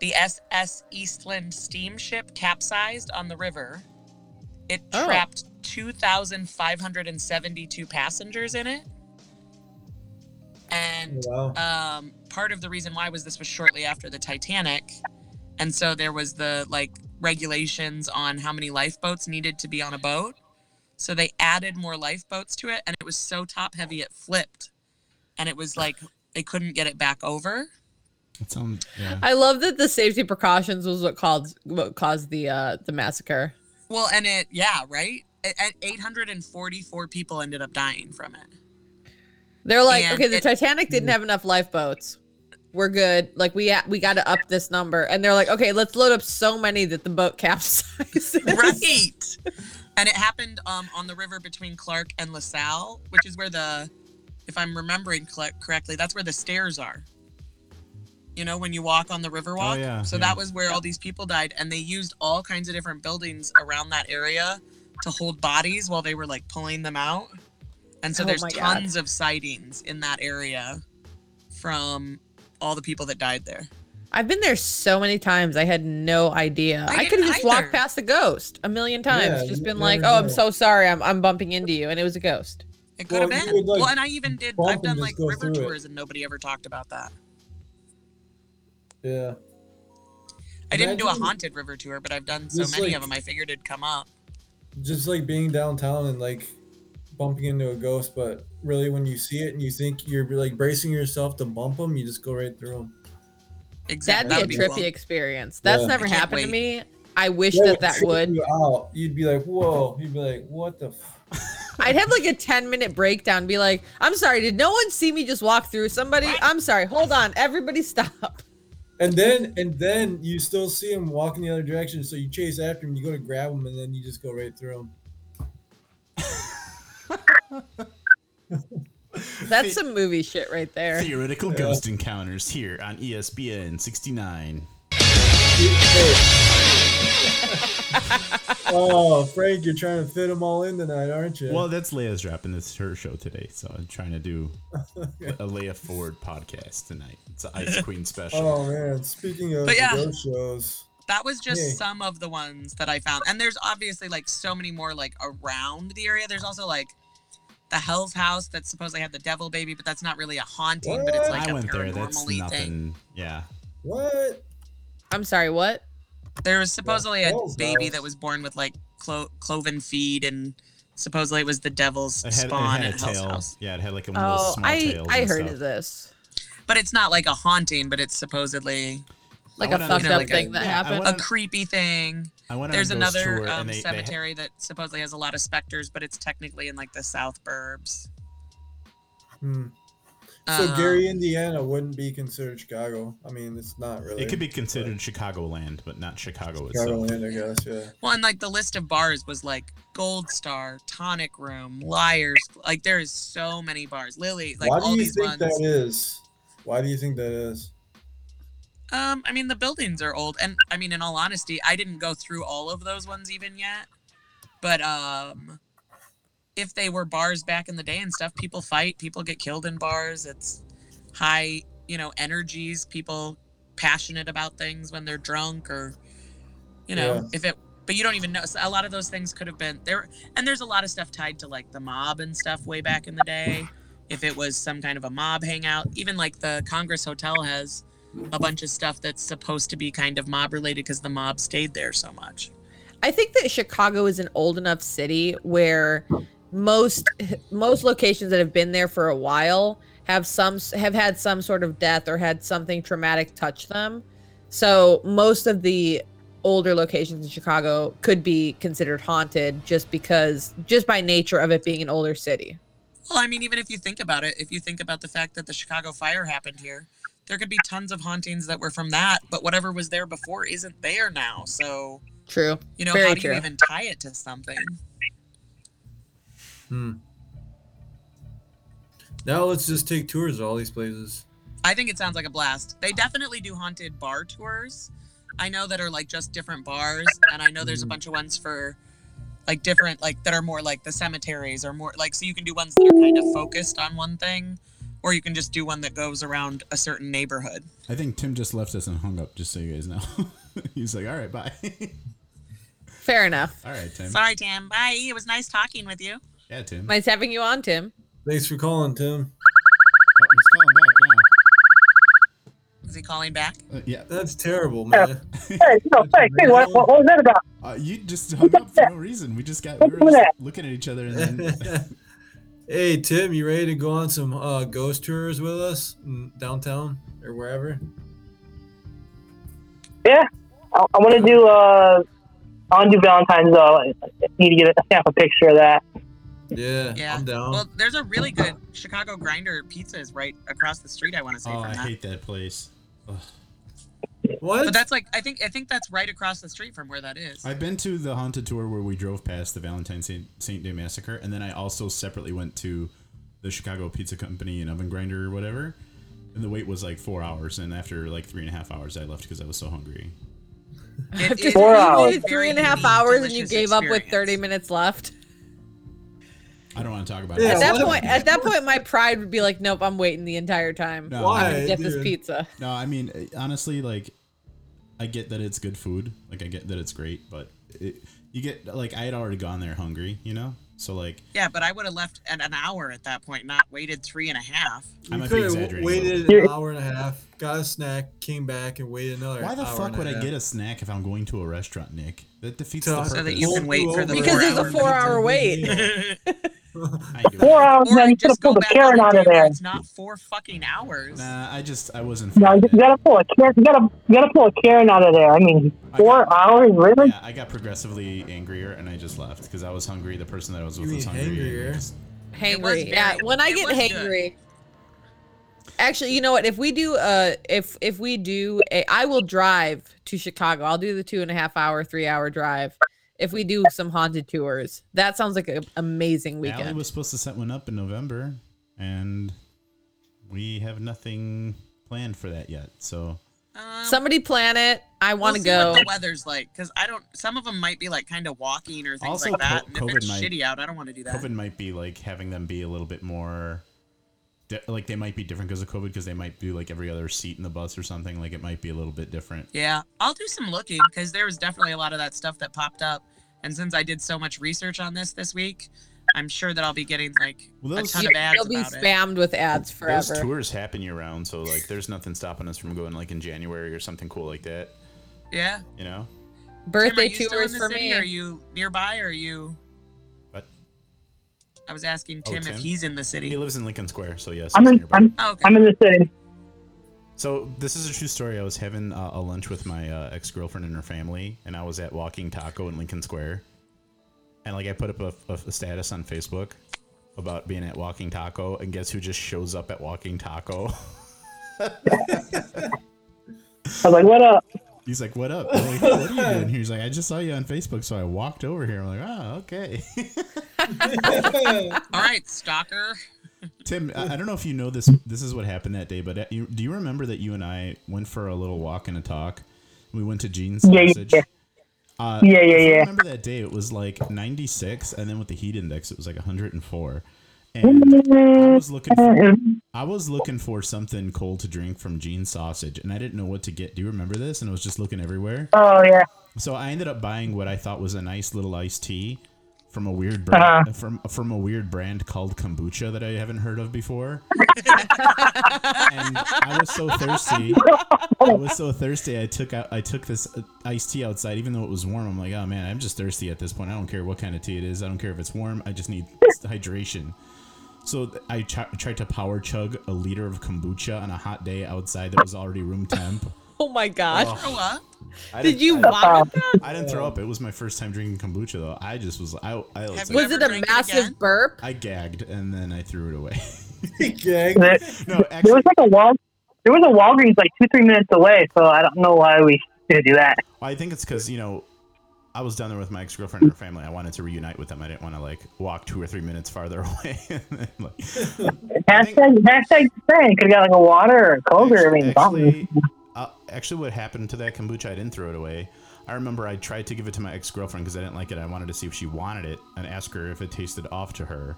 Speaker 1: The SS Eastland steamship capsized on the river. It
Speaker 3: Oh.
Speaker 1: trapped 2,572 passengers in it. And
Speaker 4: Wow.
Speaker 1: um, part of the reason why was this was shortly after the Titanic, and so there was the like regulations on how many lifeboats needed to be on a boat. So they added more lifeboats to it, and it was so top heavy it flipped, and it was like they couldn't get it back over.
Speaker 5: It sounds. Yeah.
Speaker 3: I love that the safety precautions was what caused what caused the uh the massacre.
Speaker 1: Well, and it yeah right. A- And 844 people ended up dying from it.
Speaker 3: They're like,
Speaker 1: And
Speaker 3: okay, the
Speaker 1: it- Mm.
Speaker 3: Titanic didn't have enough lifeboats. We're good. Like we ha- we got to up this number, and they're like, okay, let's load up so many that the boat capsizes.
Speaker 1: right. And it happened um, on the river between Clark and LaSalle, which is where the, if I'm remembering cl- correctly, that's where the stairs are. You know, when you walk on the
Speaker 4: Oh,
Speaker 1: Riverwalk.
Speaker 5: yeah,
Speaker 1: so
Speaker 5: yeah.
Speaker 1: that was where all these people died. And they used all kinds of different buildings around that area to hold bodies while they were like pulling them out. And so
Speaker 3: Oh
Speaker 1: there's
Speaker 3: my God.
Speaker 1: tons of sightings in that area from all the people that died there.
Speaker 3: I've been there so many times. I had no idea.
Speaker 1: I
Speaker 3: I, could have
Speaker 1: didn't
Speaker 3: just
Speaker 1: either.
Speaker 3: walked past a ghost a million times.
Speaker 4: Yeah,
Speaker 3: just
Speaker 4: you
Speaker 3: been like,
Speaker 4: never
Speaker 3: oh, I'm
Speaker 4: know.
Speaker 3: so sorry. I'm, I'm bumping into you. And it was a ghost.
Speaker 1: It could
Speaker 4: Well,
Speaker 1: have
Speaker 4: you
Speaker 1: been.
Speaker 4: would, like,
Speaker 1: well, and I even did.
Speaker 4: bump
Speaker 1: I've
Speaker 4: and
Speaker 1: done
Speaker 4: just
Speaker 1: like
Speaker 4: go
Speaker 1: river
Speaker 4: through it.
Speaker 1: tours, and nobody ever talked about that.
Speaker 4: Yeah.
Speaker 1: I didn't do a
Speaker 4: Imagine-
Speaker 1: haunted river tour, but I've done so
Speaker 4: Just
Speaker 1: many
Speaker 4: like-
Speaker 1: of them. I figured it'd come up.
Speaker 4: Just like being downtown and like bumping into a ghost, but really when you see it and you think you're like bracing yourself to bump them, you just go right through them.
Speaker 1: Exactly.
Speaker 3: That'd be
Speaker 1: That would
Speaker 3: a
Speaker 1: be
Speaker 3: trippy
Speaker 1: cool.
Speaker 3: experience. That's
Speaker 4: Yeah.
Speaker 3: never
Speaker 1: I can't
Speaker 3: happened to
Speaker 1: wait.
Speaker 3: me. I wish that that would.
Speaker 4: You out. You'd be like, whoa. You'd be like, what the? F-?
Speaker 3: I'd have like a 10 minute breakdown, be like, I'm sorry, did no one see me just walk through somebody? I'm sorry, hold on, everybody stop.
Speaker 4: And then and then you still see him walking the other direction, so you chase after him. You go to grab him, and then you just go right through him.
Speaker 3: That's some movie shit right there.
Speaker 5: Theoretical ghost encounters here on E ESPN 69.
Speaker 4: oh, Frank, you're trying to fit them all in tonight, aren't you?
Speaker 5: Well, that's Leia's wrap, and it's her show today. So I'm trying to do a Leia Ford podcast tonight. It's an Ice Queen special.
Speaker 4: oh man. Speaking of
Speaker 1: But
Speaker 4: the
Speaker 1: yeah.
Speaker 4: ghost shows,
Speaker 1: That was just
Speaker 4: Yeah.
Speaker 1: some of the ones that I found. And there's obviously like so many more like around the area. There's also like the Hell's House that supposedly had the devil baby, but that's not really a haunting, but it's
Speaker 4: What?
Speaker 1: like
Speaker 5: I
Speaker 1: a
Speaker 5: went there. That's
Speaker 1: paranormal thing.
Speaker 5: nothing. Yeah.
Speaker 4: what?
Speaker 3: I'm sorry, what?
Speaker 1: There was supposedly a
Speaker 4: Hell's
Speaker 1: baby
Speaker 4: House.
Speaker 1: that was born with like clo- cloven feet and supposedly it was the devil's
Speaker 5: It had, it
Speaker 1: spawn
Speaker 5: had a
Speaker 1: at Hell's
Speaker 5: tail.
Speaker 1: House.
Speaker 5: Yeah, it had like a little
Speaker 3: Oh,
Speaker 5: small
Speaker 3: I
Speaker 5: tail.
Speaker 3: I heard of this.
Speaker 1: But it's not like a haunting, but it's supposedly
Speaker 3: Like
Speaker 5: went
Speaker 3: a
Speaker 5: on-
Speaker 3: fucked
Speaker 1: you know,
Speaker 3: up
Speaker 1: like a-
Speaker 3: thing that
Speaker 5: yeah, I
Speaker 3: happened.
Speaker 1: a
Speaker 5: went on-
Speaker 1: creepy thing.
Speaker 5: I went on a
Speaker 1: There's
Speaker 5: ghost tour,
Speaker 1: another
Speaker 5: and
Speaker 1: um,
Speaker 5: they- they had-
Speaker 1: cemetery that supposedly has a lot of specters, but it's technically in like the South Burbs.
Speaker 4: Hmm. So
Speaker 1: Um,
Speaker 4: Gary, Indiana wouldn't be considered Chicago. I mean, it's not really.
Speaker 5: it could be considered Chicagoland, but not Chicago itself.
Speaker 4: Chicagoland, I guess. Yeah.
Speaker 1: Well, and like the list of bars was like Gold Star, Tonic Room, Liars. Like there is so many bars. Lily, like
Speaker 4: Why
Speaker 1: all
Speaker 4: do you
Speaker 1: these
Speaker 4: think
Speaker 1: ones.
Speaker 4: that is? Why do you think that is?
Speaker 1: Um, I mean the buildings are old, and I mean in all honesty, I didn't go through all of those ones even yet. But um, if they were bars back in the day and stuff, people fight, people get killed in bars. It's high, you know, energies. People passionate about things when they're drunk, or you know,
Speaker 4: Yeah.
Speaker 1: if it. But you don't even know. So a lot of those things could have been there, and there's a lot of stuff tied to like the mob and stuff way back in the day. If it was some kind of a mob hangout, even like the Congress Hotel has a bunch of stuff that's supposed to be kind of mob related because the mob stayed there so much.
Speaker 3: I think that Chicago is an old enough city where most most locations that have been there for a while have some have had some sort of death or had something traumatic touch them. So most of the older locations in Chicago could be considered haunted just because just by nature of it being an older city.
Speaker 1: Well, I mean, even if you think about it, if you think about the fact that the Chicago fire happened here, there could be tons of hauntings that were from that, but whatever was there before isn't there now. So,
Speaker 3: True.
Speaker 1: you know,
Speaker 3: Very
Speaker 1: how do
Speaker 3: true.
Speaker 1: you even tie it to something?
Speaker 4: Hmm. Now let's just take tours of all these places.
Speaker 1: I think it sounds like a blast. They definitely do haunted bar tours. I know that are like just different bars, and I know
Speaker 3: Mm-hmm.
Speaker 1: there's a bunch of ones for like different like that are more like the cemeteries or more like so you can do ones that are kind of focused on one thing or you can just do one that goes around a certain neighborhood.
Speaker 5: I think Tim just left us and hung up. Just so you guys know, he's like, "All right, bye."
Speaker 3: Fair enough.
Speaker 5: All right, Tim.
Speaker 1: Sorry, Tim. Bye. It was nice talking with you.
Speaker 5: Yeah, Tim.
Speaker 3: Nice having you on, Tim.
Speaker 4: Thanks for calling, Tim.
Speaker 5: Oh, he's calling back now.
Speaker 1: Is he calling back?
Speaker 5: Uh, yeah,
Speaker 4: That's terrible, man.
Speaker 6: Hey, no, hey, hey, what, what, what was that about?
Speaker 5: uh, you just hung up for no reason. We just got we were
Speaker 6: What's
Speaker 5: just
Speaker 6: that?
Speaker 5: looking at each other, and then
Speaker 4: hey, Tim, you ready to go on some uh, ghost tours with us in downtown or wherever?
Speaker 6: Yeah, I, I want to do. Uh, I want to do Valentine's though. I need to get a snap a picture of that.
Speaker 4: Yeah,
Speaker 1: Yeah.
Speaker 4: I'm
Speaker 5: Oh.
Speaker 4: down.
Speaker 1: Well, there's a really good Chicago Grinder pizza is right across the street. I want to say
Speaker 5: oh,
Speaker 1: from
Speaker 5: I
Speaker 1: that.
Speaker 5: hate that place. Ugh.
Speaker 4: what?
Speaker 1: But that's like I think I think that's right across the street from where that is.
Speaker 5: I've been to the haunted tour where we drove past the Valentine's Saint, Saint Day Massacre, and then I also separately went to the Chicago Pizza Company and Oven Grinder or whatever. And the wait was like four hours, and after like three and a half hours, I left because I was so hungry.
Speaker 1: It
Speaker 3: After
Speaker 1: is
Speaker 6: Four
Speaker 1: a
Speaker 6: hours.
Speaker 1: very
Speaker 3: you waited three and a half
Speaker 1: unique,
Speaker 3: hours and you
Speaker 1: delicious
Speaker 3: gave up with
Speaker 1: experience.
Speaker 3: 30 minutes left.
Speaker 5: I don't want to talk about
Speaker 4: Yeah,
Speaker 5: it.
Speaker 3: At that
Speaker 4: what?
Speaker 3: point, at that point, my pride would be like, nope, I'm waiting the entire time.
Speaker 5: No,
Speaker 4: Why?
Speaker 5: I-
Speaker 3: Get this
Speaker 4: dude?
Speaker 3: pizza.
Speaker 5: no, I mean eh, honestly, like I get that it's good food, like I get that it's great, but it, you get like I had already gone there hungry, you know. So like
Speaker 1: Yeah, but I would have left at an hour at that point, not waited three and a half.
Speaker 5: I
Speaker 4: You
Speaker 5: might be
Speaker 4: could
Speaker 5: exaggerating.
Speaker 4: have
Speaker 5: a little bit.
Speaker 4: waited an hour and a half, got a snack, came back, and waited another.
Speaker 5: Why the
Speaker 4: hour
Speaker 5: fuck
Speaker 4: and a
Speaker 5: would I
Speaker 4: half.
Speaker 5: get a snack if I'm going to a restaurant, Nick? That defeats
Speaker 4: So-
Speaker 5: the purpose.
Speaker 4: So
Speaker 1: that you can wait for the
Speaker 3: Because there's a
Speaker 1: four
Speaker 3: four-hour wait.
Speaker 5: I do.
Speaker 6: Four hours,
Speaker 1: Or
Speaker 6: man. You could have
Speaker 1: just go
Speaker 6: pulled a
Speaker 1: back on
Speaker 6: carrot
Speaker 1: the
Speaker 6: out
Speaker 1: day
Speaker 6: of
Speaker 1: where
Speaker 6: there.
Speaker 1: It's not four fucking hours.
Speaker 5: Nah, I just I wasn't.
Speaker 6: No,
Speaker 5: feeling
Speaker 6: you
Speaker 5: it.
Speaker 6: gotta pull a carrot. You gotta, you gotta pull a carrot out of there. I mean, four hours, really?
Speaker 5: Yeah, I got progressively angrier and I just left because I was hungry. The person that I was with
Speaker 4: You
Speaker 5: was
Speaker 4: mean
Speaker 5: hungry. and I
Speaker 4: hangrier?
Speaker 5: just-
Speaker 1: was
Speaker 3: Hangry.
Speaker 1: very-
Speaker 3: Yeah, when I
Speaker 1: it
Speaker 3: get
Speaker 1: was good.
Speaker 3: hangry. Actually, you know what? If we do, uh, if if we do, a, I will drive to Chicago. I'll do the two and a half hour, three hour drive. If we do some haunted tours, that sounds like an amazing
Speaker 5: Allie
Speaker 3: weekend.
Speaker 5: was supposed to set one up in November, and we have nothing planned for that yet. So
Speaker 1: Um,
Speaker 3: Somebody plan it. I want to
Speaker 1: we'll see
Speaker 3: go.
Speaker 1: What the weather's like because I don't. Some of them might be like kind of walking or things
Speaker 5: Also,
Speaker 1: like that.
Speaker 5: co-
Speaker 1: And if
Speaker 5: COVID
Speaker 1: it's
Speaker 5: might-
Speaker 1: shitty out, I don't want to do that.
Speaker 5: COVID might be like having them be a little bit more. Di- like they might be different because of COVID because they might do like every other seat in the bus or something. Like it might be a little bit different.
Speaker 1: Yeah, I'll do some looking because there was definitely a lot of that stuff that popped up. And since I did so much research on this this week, I'm sure that I'll be getting like
Speaker 5: Well,
Speaker 1: a
Speaker 5: those-
Speaker 1: ton
Speaker 3: You-
Speaker 1: of ads
Speaker 3: You'll be
Speaker 1: about it.
Speaker 3: spammed with ads forever.
Speaker 5: Those tours happen year round, so like there's nothing stopping us from going like in January or something cool like that.
Speaker 1: Yeah.
Speaker 5: You know?
Speaker 1: Tim, are
Speaker 3: Birthday
Speaker 1: you still in
Speaker 3: tours
Speaker 1: the
Speaker 3: for
Speaker 1: city? Are
Speaker 3: me.
Speaker 1: you nearby? Or are you?
Speaker 5: But
Speaker 1: I was asking
Speaker 5: Oh,
Speaker 1: Tim,
Speaker 5: Tim?
Speaker 1: if he's in the
Speaker 5: he
Speaker 1: city.
Speaker 5: lives in Lincoln Square, so yes.
Speaker 6: I'm
Speaker 5: he's
Speaker 6: in,
Speaker 5: nearby.
Speaker 6: I'm,
Speaker 1: Oh, okay.
Speaker 6: I'm in the city.
Speaker 5: So this is a true story. I was having uh, a lunch with my uh, ex girlfriend and her family, and I was at Walking Taco in Lincoln Square, and like I put up a, a, a status on Facebook about being at Walking Taco, and guess who just shows up at Walking Taco?
Speaker 6: I was like, what up?
Speaker 5: He's like, "What up?" I'm like, "What are you doing here?" He's like, "I just saw you on Facebook, so I walked over here." I'm like, "Ah, okay."
Speaker 1: All right, stalker.
Speaker 5: Tim, I, I don't know if you know this. This is what happened that day, but uh, you, do you remember that you and I went for a little walk and a talk? We went to Gene's
Speaker 6: Yeah, yeah,
Speaker 5: message.
Speaker 6: yeah.
Speaker 5: Uh,
Speaker 6: Yeah, yeah,
Speaker 5: if you
Speaker 6: yeah.
Speaker 5: Remember that day? It was like 96, and then with the heat index, it was like 104. And
Speaker 6: Mm-hmm.
Speaker 5: I was looking. For, I was looking for something cold to drink from Gene's Sausage, and I didn't know what to get. Do you remember this? And I was just looking everywhere.
Speaker 6: Oh yeah.
Speaker 5: So I ended up buying what I thought was a nice little iced tea from a weird brand, from from a weird brand called kombucha that I haven't heard of before. and I was so thirsty. I was so thirsty. I took out I took this uh, iced tea outside, even though it was warm. I'm like, oh man, I'm just thirsty at this point. I don't care what kind of tea it is. I don't care if it's warm. I just need hydration. So th- I ch- tried to power chug a liter of kombucha on a hot day outside that was already room temp.
Speaker 3: Oh my gosh!
Speaker 1: Grow up.
Speaker 5: I
Speaker 3: Did
Speaker 5: didn't-
Speaker 3: you
Speaker 5: I-
Speaker 3: vomit? that?
Speaker 5: I didn't throw up. It was my first time drinking kombucha though. I just was I I was,
Speaker 1: Have
Speaker 5: like,
Speaker 1: you-
Speaker 3: Was it
Speaker 1: Never
Speaker 3: a
Speaker 1: drink
Speaker 3: massive
Speaker 1: again?
Speaker 3: burp?
Speaker 5: I gagged and then I threw it away.
Speaker 4: Gang.
Speaker 6: There,
Speaker 5: no,
Speaker 6: there
Speaker 5: actually,
Speaker 6: was like a wall. There was a Walgreens like two, three minutes away, so I don't know why we should do that.
Speaker 5: I think it's because you know I was down there with my ex girlfriend and her family. I wanted to reunite with them. I didn't want to like walk two or three minutes farther away. And then, like,
Speaker 6: Hashtag hashtag thing. Could have got like a water or a Coke or I mean something.
Speaker 5: actually, uh, actually, what happened to that kombucha? I didn't throw it away. I remember I tried to give it to my ex girlfriend because I didn't like it. I wanted to see if she wanted it and ask her if it tasted off to her.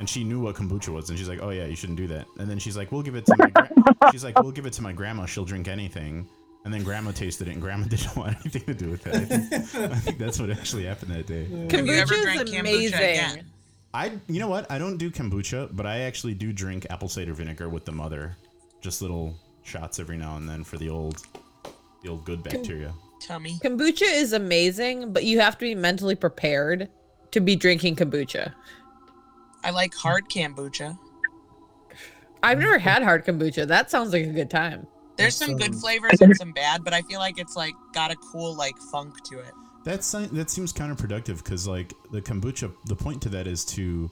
Speaker 5: and she knew what kombucha was, and she's like, "Oh yeah, you shouldn't do that." And then she's like, "We'll give it to my gra-. she's like, "We'll give it to my grandma. She'll drink anything." And then grandma tasted it, and grandma didn't want anything to do with it. I think, I think that's what actually happened that day.
Speaker 1: Have you ever
Speaker 3: Kombucha
Speaker 1: drank
Speaker 3: is
Speaker 1: kombucha
Speaker 3: amazing.
Speaker 1: again?
Speaker 5: I, you know what? I don't do kombucha, but I actually do drink apple cider vinegar with the mother, just little shots every now and then for the old, the old good bacteria.
Speaker 1: Tummy.
Speaker 3: Kombucha is amazing, but you have to be mentally prepared to be drinking kombucha.
Speaker 1: I like hard kombucha.
Speaker 3: I've never had hard kombucha. That sounds like a good time.
Speaker 1: There's some good
Speaker 5: um,
Speaker 1: flavors and some bad, but I feel like it's like got a cool like funk to it.
Speaker 5: That's si- that seems counterproductive because like the kombucha, the point to that is to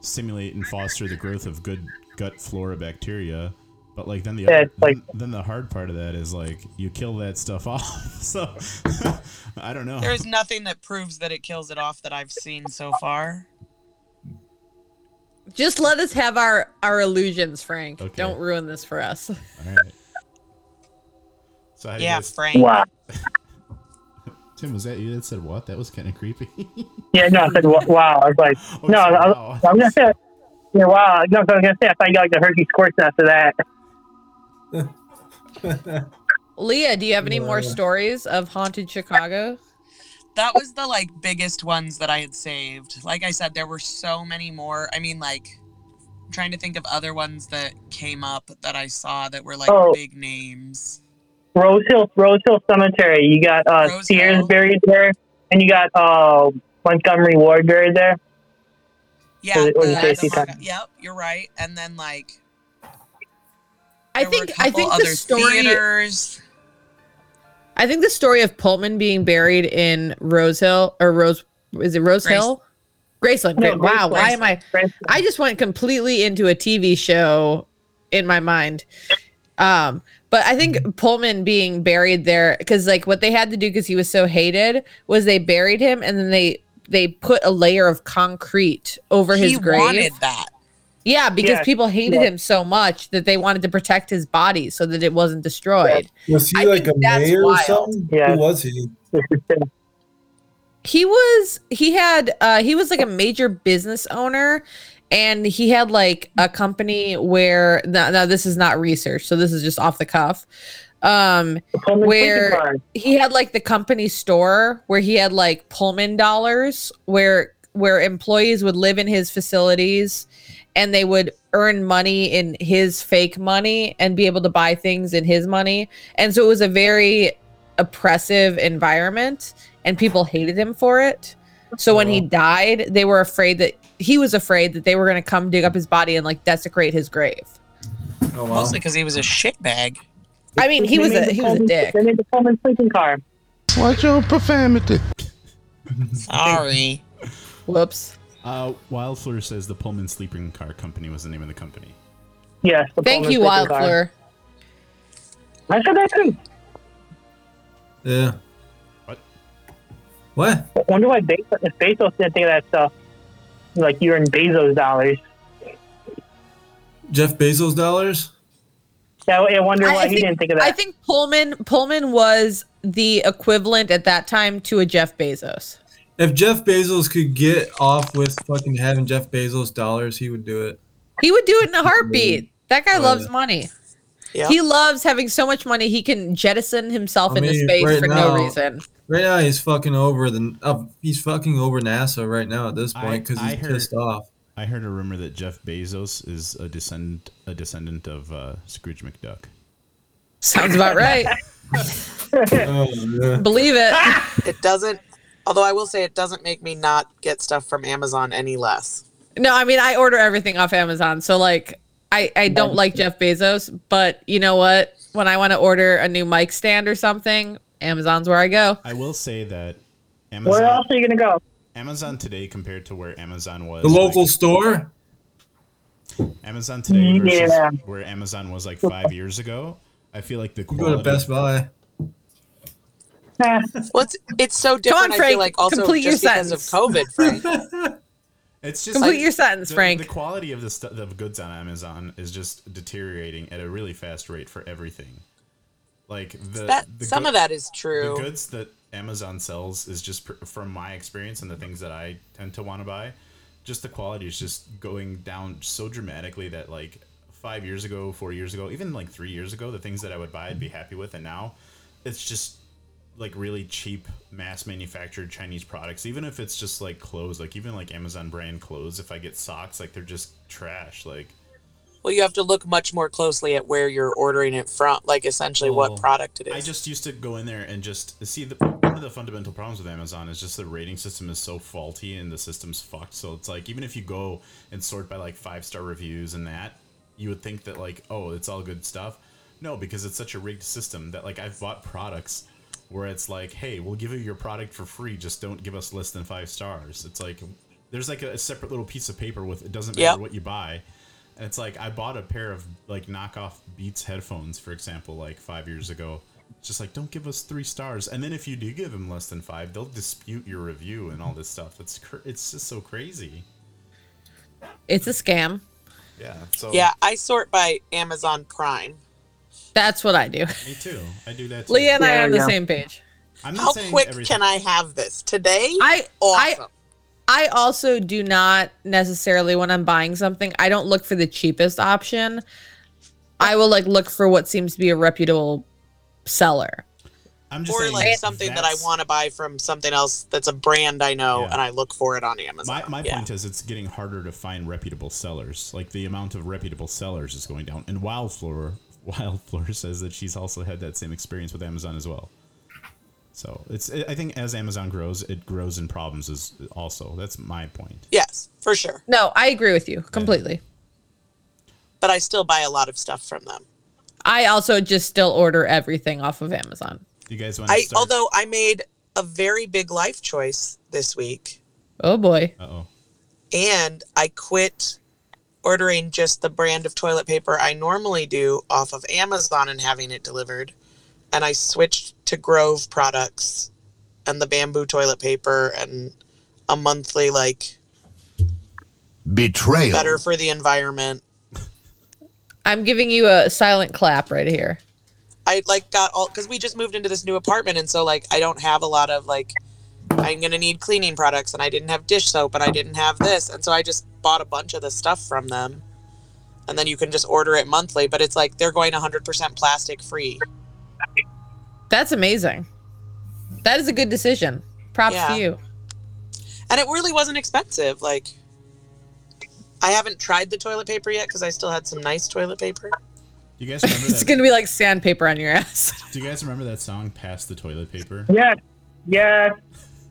Speaker 5: stimulate and foster the growth of good gut flora bacteria. But like then the
Speaker 6: Yeah,
Speaker 5: other,
Speaker 6: it's like-
Speaker 5: then, then the hard part of that is like you kill that stuff off. so I don't know.
Speaker 1: There is nothing that proves that it kills it off that I've seen so far.
Speaker 3: Just let us have our our illusions, Frank.
Speaker 5: Okay.
Speaker 3: Don't ruin this for us.
Speaker 5: All right. So how do you
Speaker 1: Yeah,
Speaker 5: guys-
Speaker 1: Frank.
Speaker 6: Wow.
Speaker 5: Tim, was that you that said what? That was kind of creepy.
Speaker 6: Yeah, no, I said, wa- wow. I was like,
Speaker 5: Oh,
Speaker 6: no,
Speaker 5: so-
Speaker 6: I,
Speaker 5: wow.
Speaker 6: I, I'm gonna say, yeah, wow. No, I was gonna say, I thought you got like the herky squirts after that.
Speaker 3: Leah, do you have any more
Speaker 4: Yeah.
Speaker 3: stories of haunted Chicago?
Speaker 1: that was the like biggest ones that I had saved. Like I said, there were so many more. I mean, like I'm trying to think of other ones that came up that I saw that were like
Speaker 6: Oh.
Speaker 1: big names.
Speaker 6: Rose Hill, Rose Hill Cemetery. You got uh,
Speaker 1: Rose
Speaker 6: Sears
Speaker 1: Hill.
Speaker 6: buried there, and you got uh, Montgomery Ward buried there.
Speaker 1: Yeah,
Speaker 6: it was
Speaker 1: the-
Speaker 6: Tracy
Speaker 1: the Mon-
Speaker 6: Tucker.
Speaker 1: yep, you're right. And then like
Speaker 3: I
Speaker 1: there were a
Speaker 3: think I
Speaker 1: couple
Speaker 3: think the
Speaker 1: other
Speaker 3: story
Speaker 1: theaters.
Speaker 3: I think the story of Pullman being buried in Rose Hill or Rose is it Rose
Speaker 1: Grace-
Speaker 3: Hill? Graceland.
Speaker 6: No,
Speaker 3: Gra- wow, why am I
Speaker 6: Right?
Speaker 3: I just went completely into a TV show in my mind. Um, but I think Pullman being buried there because like what they had to do because he was so hated was they buried him and then they they put a layer of concrete over
Speaker 1: he
Speaker 3: his grave.
Speaker 1: wanted that.
Speaker 3: Yeah, because
Speaker 6: Yeah,
Speaker 3: people hated
Speaker 6: yeah.
Speaker 3: him so much that they wanted to protect his body so that it wasn't destroyed.
Speaker 4: Was he
Speaker 3: I
Speaker 4: like a
Speaker 3: think that's
Speaker 4: mayor
Speaker 3: wild.
Speaker 4: or something?
Speaker 6: Yeah.
Speaker 4: Who was he?
Speaker 3: He was he had uh he was like a major business owner and he had like a company where no, no this is not research, so this is just off the cuff. Um
Speaker 6: The Pullman
Speaker 3: Where-
Speaker 6: Sleeping Car.
Speaker 3: he had like the company store where he had like Pullman dollars where where employees would live in his facilities and they would earn money in his fake money and be able to buy things in his money. And so it was a very oppressive environment and people hated him for it. So when he died, they were afraid that he was afraid that they were going to come dig up his body and like desecrate his grave.
Speaker 4: Oh wow.
Speaker 1: Mostly because he was a shitbag.
Speaker 3: I mean, he
Speaker 6: They
Speaker 3: was
Speaker 6: made
Speaker 3: a
Speaker 6: the
Speaker 3: he was a
Speaker 6: Pullman-
Speaker 3: dick.
Speaker 6: They made the Pullman sleeping car.
Speaker 9: Watch your profanity.
Speaker 1: Sorry.
Speaker 3: Whoops.
Speaker 5: Uh, Wildfleur says the Pullman Sleeping Car Company was the name of the company.
Speaker 6: Yes. The
Speaker 3: Thank
Speaker 6: Pullman
Speaker 3: you,
Speaker 6: sleeping car.
Speaker 3: Wildflower.
Speaker 6: I said that too.
Speaker 4: Yeah.
Speaker 5: What?
Speaker 4: What?
Speaker 6: I wonder why Bezos, if Bezos didn't think of that stuff. Like you earn Bezos dollars.
Speaker 4: Jeff Bezos dollars?
Speaker 6: Yeah, I I wonder why
Speaker 3: I- I
Speaker 6: he
Speaker 3: think-
Speaker 6: didn't think of
Speaker 3: I
Speaker 6: that.
Speaker 3: think Pullman Pullman was the equivalent at that time to a Jeff Bezos.
Speaker 4: If Jeff Bezos could get off with fucking having Jeff Bezos dollars, he would do it.
Speaker 3: He would do it in a heartbeat. That guy
Speaker 4: Oh,
Speaker 3: loves
Speaker 4: yeah.
Speaker 3: money.
Speaker 1: Yeah.
Speaker 3: He loves having so much money he can jettison himself
Speaker 4: I
Speaker 3: into
Speaker 4: mean,
Speaker 3: space
Speaker 4: right
Speaker 3: for
Speaker 4: now-
Speaker 3: no reason.
Speaker 4: Right now, he's fucking over the. Uh, he's fucking over NASA right now at this
Speaker 5: I-
Speaker 4: point because
Speaker 5: I
Speaker 4: he's
Speaker 5: heard-
Speaker 4: pissed off.
Speaker 5: I heard a rumor that Jeff Bezos is a descendant a descendant of uh, Scrooge McDuck.
Speaker 3: Sounds about right.
Speaker 4: Oh, yeah.
Speaker 3: Believe it.
Speaker 1: It doesn't although I will say it doesn't make me not get stuff from Amazon any less.
Speaker 3: No, I mean I order everything off Amazon. So like I I don't like Jeff Bezos, but you know what? When I want to order a new mic stand or something, Amazon's where I go.
Speaker 5: I will say that
Speaker 6: Where
Speaker 5: Amazon
Speaker 6: else are you gonna go?
Speaker 5: Amazon today compared to where Amazon was
Speaker 4: The local
Speaker 5: like-
Speaker 4: store?
Speaker 5: Amazon today versus
Speaker 6: Yeah.
Speaker 5: where Amazon was like five years ago. I feel like the
Speaker 4: You go
Speaker 5: quality,
Speaker 4: to Best Buy.
Speaker 6: Eh,
Speaker 1: Well, it's, it's so different.
Speaker 3: on,
Speaker 1: I
Speaker 3: Frank,
Speaker 1: feel like also
Speaker 3: complete your
Speaker 1: just because of COVID, Frank.
Speaker 5: it's just
Speaker 3: Complete
Speaker 5: like,
Speaker 3: your sentence,
Speaker 5: the,
Speaker 3: Frank.
Speaker 5: The quality of the stu- the goods on Amazon is just deteriorating at a really fast rate for everything. Like the,
Speaker 1: that
Speaker 5: the
Speaker 1: some
Speaker 5: go-
Speaker 1: of that is
Speaker 5: the
Speaker 1: true.
Speaker 5: goods that Amazon sells is just pr- from my experience and the things that I tend to want to buy, just the quality is just going down so dramatically that like five years ago, four years ago, even like three years ago, the things that I would buy I'd be happy with, and now it's just like really cheap mass manufactured Chinese products. Even if it's just like clothes, like even like Amazon brand clothes, if I get socks, like they're just trash. Like
Speaker 1: Well, you have to look much more closely at where you're ordering it from, like essentially
Speaker 5: Oh.
Speaker 1: what product it is.
Speaker 5: I just used to go in there and just see the one of the fundamental problems with Amazon is just the rating system is so faulty and the system's fucked. So it's like even if you go and sort by like five star reviews and that, you would think that like oh it's all good stuff. No, because it's such a rigged system that like I've bought products where it's like hey we'll give you your product for free just don't give us less than five stars. It's like there's like a, separate little piece of paper with it doesn't matter
Speaker 1: Yep.
Speaker 5: what you buy. And it's like I bought a pair of like knockoff Beats headphones, for example, like five years ago. It's just like don't give us three stars, and then if you do give them less than five, they'll dispute your review and all this stuff. It's cr- it's just so crazy.
Speaker 3: It's a scam.
Speaker 5: Yeah. So
Speaker 1: yeah, I sort by Amazon Prime.
Speaker 3: That's what I do.
Speaker 5: Me too. I do that. Too.
Speaker 3: Leah and I
Speaker 6: Yeah,
Speaker 3: are on the
Speaker 6: yeah.
Speaker 3: same page.
Speaker 5: I'm
Speaker 1: How
Speaker 5: saying
Speaker 1: quick
Speaker 5: everything-
Speaker 1: can I have this today?
Speaker 3: I
Speaker 1: awesome.
Speaker 3: I I also do not necessarily when I'm buying something, I don't look for the cheapest option. I will like look for what seems to be a reputable seller.
Speaker 5: I'm just
Speaker 1: or
Speaker 5: saying
Speaker 1: like something that I
Speaker 5: that's-
Speaker 1: want to buy from something else that's a brand I know,
Speaker 5: Yeah.
Speaker 1: and I look for it on Amazon.
Speaker 5: My, my
Speaker 1: yeah.
Speaker 5: point is, it's getting harder to find reputable sellers. Like the amount of reputable sellers is going down. And Wildflower, Wildflower says that she's also had that same experience with Amazon as well. So it's, I think, as Amazon grows, it grows in problems is also. That's my point.
Speaker 1: yes, for sure.
Speaker 3: No, I agree with you completely.
Speaker 1: But I still buy a lot of stuff from them.
Speaker 3: I also just still order everything off of Amazon.
Speaker 5: You guys want to
Speaker 1: I
Speaker 5: start?
Speaker 1: although I made a very big life choice this week,
Speaker 3: Oh boy.
Speaker 5: Uh oh.
Speaker 1: and I quit ordering just the brand of toilet paper I normally do off of Amazon and having it delivered, and I switched to Grove products and the bamboo toilet paper and a monthly like
Speaker 9: Betrayal.
Speaker 1: better for the environment
Speaker 3: I'm giving you a silent clap right here.
Speaker 1: I like got all because we just moved into this new apartment, and so like I don't have a lot of like I'm gonna need cleaning products, and I didn't have dish soap, and I didn't have this, and so I just bought a bunch of the stuff from them, and then you can just order it monthly. But it's like they're going 100% plastic free.
Speaker 3: That's amazing. That is a good decision. Props
Speaker 1: Yeah.
Speaker 3: to you.
Speaker 1: and it really wasn't expensive. Like, I haven't tried the toilet paper yet because I still had some nice toilet paper.
Speaker 5: Do you guys remember
Speaker 3: It's
Speaker 5: that?
Speaker 3: gonna be like sandpaper on your ass.
Speaker 5: Do you guys remember that song, "Pass the Toilet Paper"?
Speaker 6: Yes, yes.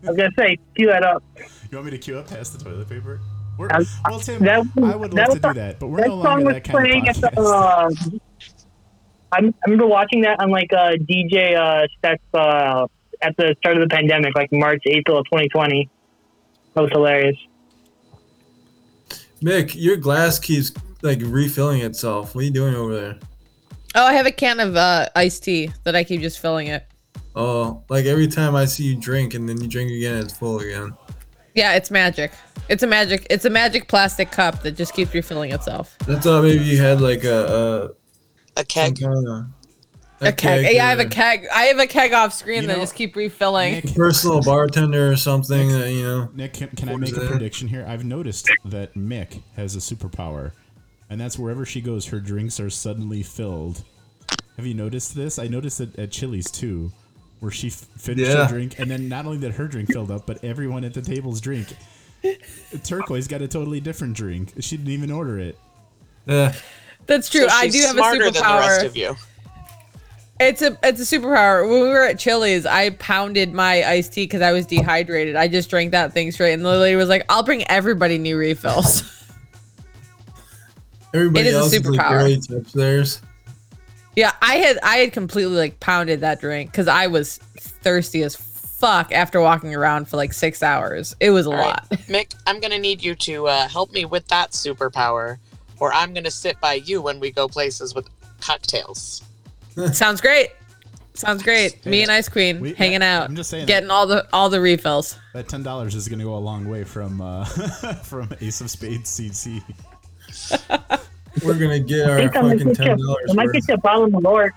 Speaker 6: I was gonna say, cue that up.
Speaker 5: You want me to queue up "Pass the Toilet Paper"? We're,
Speaker 6: Um,
Speaker 5: well, Tim,
Speaker 6: that-
Speaker 5: I would
Speaker 6: that
Speaker 5: love to
Speaker 6: was-
Speaker 5: do that, but we're
Speaker 6: That
Speaker 5: no
Speaker 6: song
Speaker 5: longer
Speaker 6: was
Speaker 5: that kind of
Speaker 6: playing at the.
Speaker 5: podcast.
Speaker 6: Uh, I'm, I remember watching that on like uh, DJ uh, Steph uh, at the start of the pandemic, like March, April of 2020. That was hilarious.
Speaker 4: Mick, your glass keeps like refilling itself. What are you doing over there?
Speaker 3: Oh, I have a can of uh, iced tea that I keep just filling it.
Speaker 4: Oh, like every time I see you drink and then you drink again, it's full again.
Speaker 3: Yeah, it's magic. It's a magic. It's a magic plastic cup that just keeps refilling itself.
Speaker 4: I thought maybe you had like a,
Speaker 1: A
Speaker 4: a some
Speaker 1: keg.
Speaker 4: kind of
Speaker 3: A keg. Yeah, I have a
Speaker 4: or
Speaker 3: keg. I have a keg off screen
Speaker 5: You
Speaker 3: that I
Speaker 5: know-
Speaker 3: just keep refilling.
Speaker 5: Nick,
Speaker 4: personal bartender or something that you know.
Speaker 5: Nick, can, can I make a
Speaker 4: Forza.
Speaker 5: prediction here? I've noticed that Mick has a superpower, and that's wherever she goes, her drinks are suddenly filled. Have you noticed this? I noticed it at Chili's too, where she f- finished her
Speaker 4: Yeah.
Speaker 5: drink, and then not only did her drink filled up, but everyone at the table's drink. Turquoise got a totally different drink. She didn't even order it.
Speaker 4: Yeah.
Speaker 3: That's true.
Speaker 1: So
Speaker 3: I
Speaker 1: she's
Speaker 3: do have a
Speaker 1: smarter than the rest
Speaker 3: superpower.
Speaker 1: of you.
Speaker 3: It's a it's a superpower. When we were at Chili's, I pounded my iced tea because I was dehydrated. I just drank that thing straight, and the lady was like, "I'll bring everybody new refills."
Speaker 4: Everybody
Speaker 3: It is a
Speaker 4: else is like
Speaker 3: superpower.
Speaker 4: great upstairs.
Speaker 3: yeah, I had I had completely like pounded that drink because I was thirsty as fuck after walking around for like six hours. It was a
Speaker 1: All right.
Speaker 3: lot.
Speaker 1: Mick, I'm going to need you to uh, help me with that superpower, or I'm going to sit by you when we go places with cocktails.
Speaker 3: Sounds great. Sounds great. Me and Ice Queen
Speaker 5: We-
Speaker 3: hanging out,
Speaker 5: I'm just saying
Speaker 3: getting all the all the refills.
Speaker 5: That ten dollars is gonna go a long way from uh, from Ace of Spades CC.
Speaker 4: We're gonna get
Speaker 6: I
Speaker 4: our
Speaker 6: think I might
Speaker 4: fucking
Speaker 6: get you.
Speaker 4: ten dollars
Speaker 6: I might
Speaker 4: worth.
Speaker 6: get you a bottle of Malort.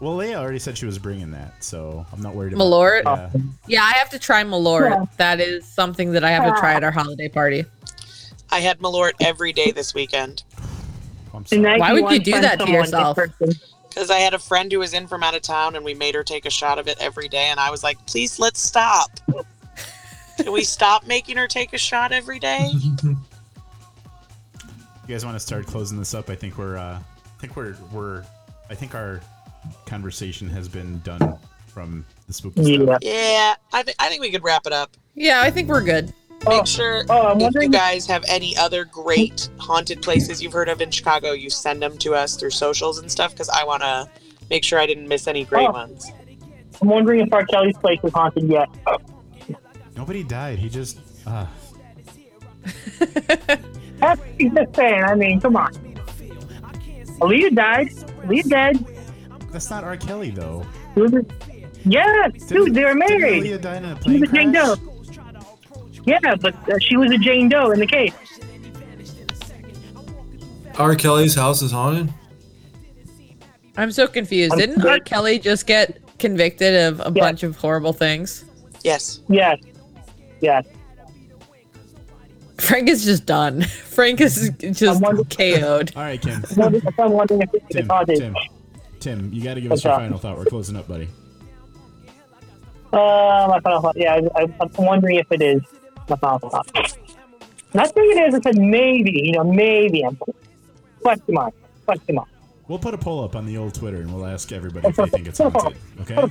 Speaker 5: Well, Leia already said she was bringing that, so I'm not worried about
Speaker 3: Malort?
Speaker 5: Yeah.
Speaker 3: Yeah, I have to try Malort. That is something that I have to try at our holiday party.
Speaker 1: I had Malort every day this weekend
Speaker 5: Oh, I'm sorry.
Speaker 6: Tonight
Speaker 3: Why would
Speaker 6: wanna
Speaker 3: you do
Speaker 6: find
Speaker 3: that to
Speaker 6: someone, this
Speaker 3: yourself?
Speaker 6: person.
Speaker 1: because I had a friend who was in from out of town and we made her take a shot of it every day. And I was like, please let's stop. Can we stop making her take a shot every day?
Speaker 5: You guys want to start closing this up? I think we're, uh, I think we're, we're, I think our conversation has been done from the spooky
Speaker 6: Yeah.
Speaker 5: stuff.
Speaker 1: Yeah, I, th- I think we could wrap it up.
Speaker 3: Yeah, I think we're good.
Speaker 1: Make
Speaker 6: Oh,
Speaker 1: sure
Speaker 6: oh, I'm
Speaker 1: if you
Speaker 6: wondering-
Speaker 1: guys have any other great haunted places you've heard of in Chicago, you send them to us through socials and stuff because I want to make sure I didn't miss any great
Speaker 6: Oh.
Speaker 1: ones.
Speaker 6: I'm wondering if Arkelly's place is haunted yet.
Speaker 5: Nobody died. He just, uh,
Speaker 6: That's just saying. I mean, come on. Aaliyah died. Aaliyah dead.
Speaker 5: that's not R. Kelly though.
Speaker 6: She was- Yes,
Speaker 5: Didn't-
Speaker 6: dude, they were
Speaker 5: didn't
Speaker 6: married.
Speaker 5: Leia die in a
Speaker 6: She was
Speaker 5: plane
Speaker 6: a Jane Doe.
Speaker 5: crash?
Speaker 6: Yeah, but uh, she was a Jane Doe in the case.
Speaker 4: R. Kelly's house is haunted.
Speaker 3: I'm so confused. Didn't R. Kelly just get convicted of a bunch of horrible things?
Speaker 1: Yes.
Speaker 6: Yes. Yes.
Speaker 3: Frank is just done. Frank is just
Speaker 6: wonder-
Speaker 3: KO'd.
Speaker 5: All right, Kim.
Speaker 6: I'm wondering- I'm wondering if it's
Speaker 5: Tim,
Speaker 6: haunted.
Speaker 5: Tim, Tim, you got to give us
Speaker 6: What's
Speaker 5: your
Speaker 6: up?
Speaker 5: final thought. We're closing up, buddy.
Speaker 6: Uh, my final thought. Yeah, I, I, I'm wondering if it is my final thought. Not saying it is. I said maybe. You know, maybe. I'm question mark. Question mark.
Speaker 5: We'll put a poll up on the old Twitter and we'll ask everybody if they think it's haunted. Okay. All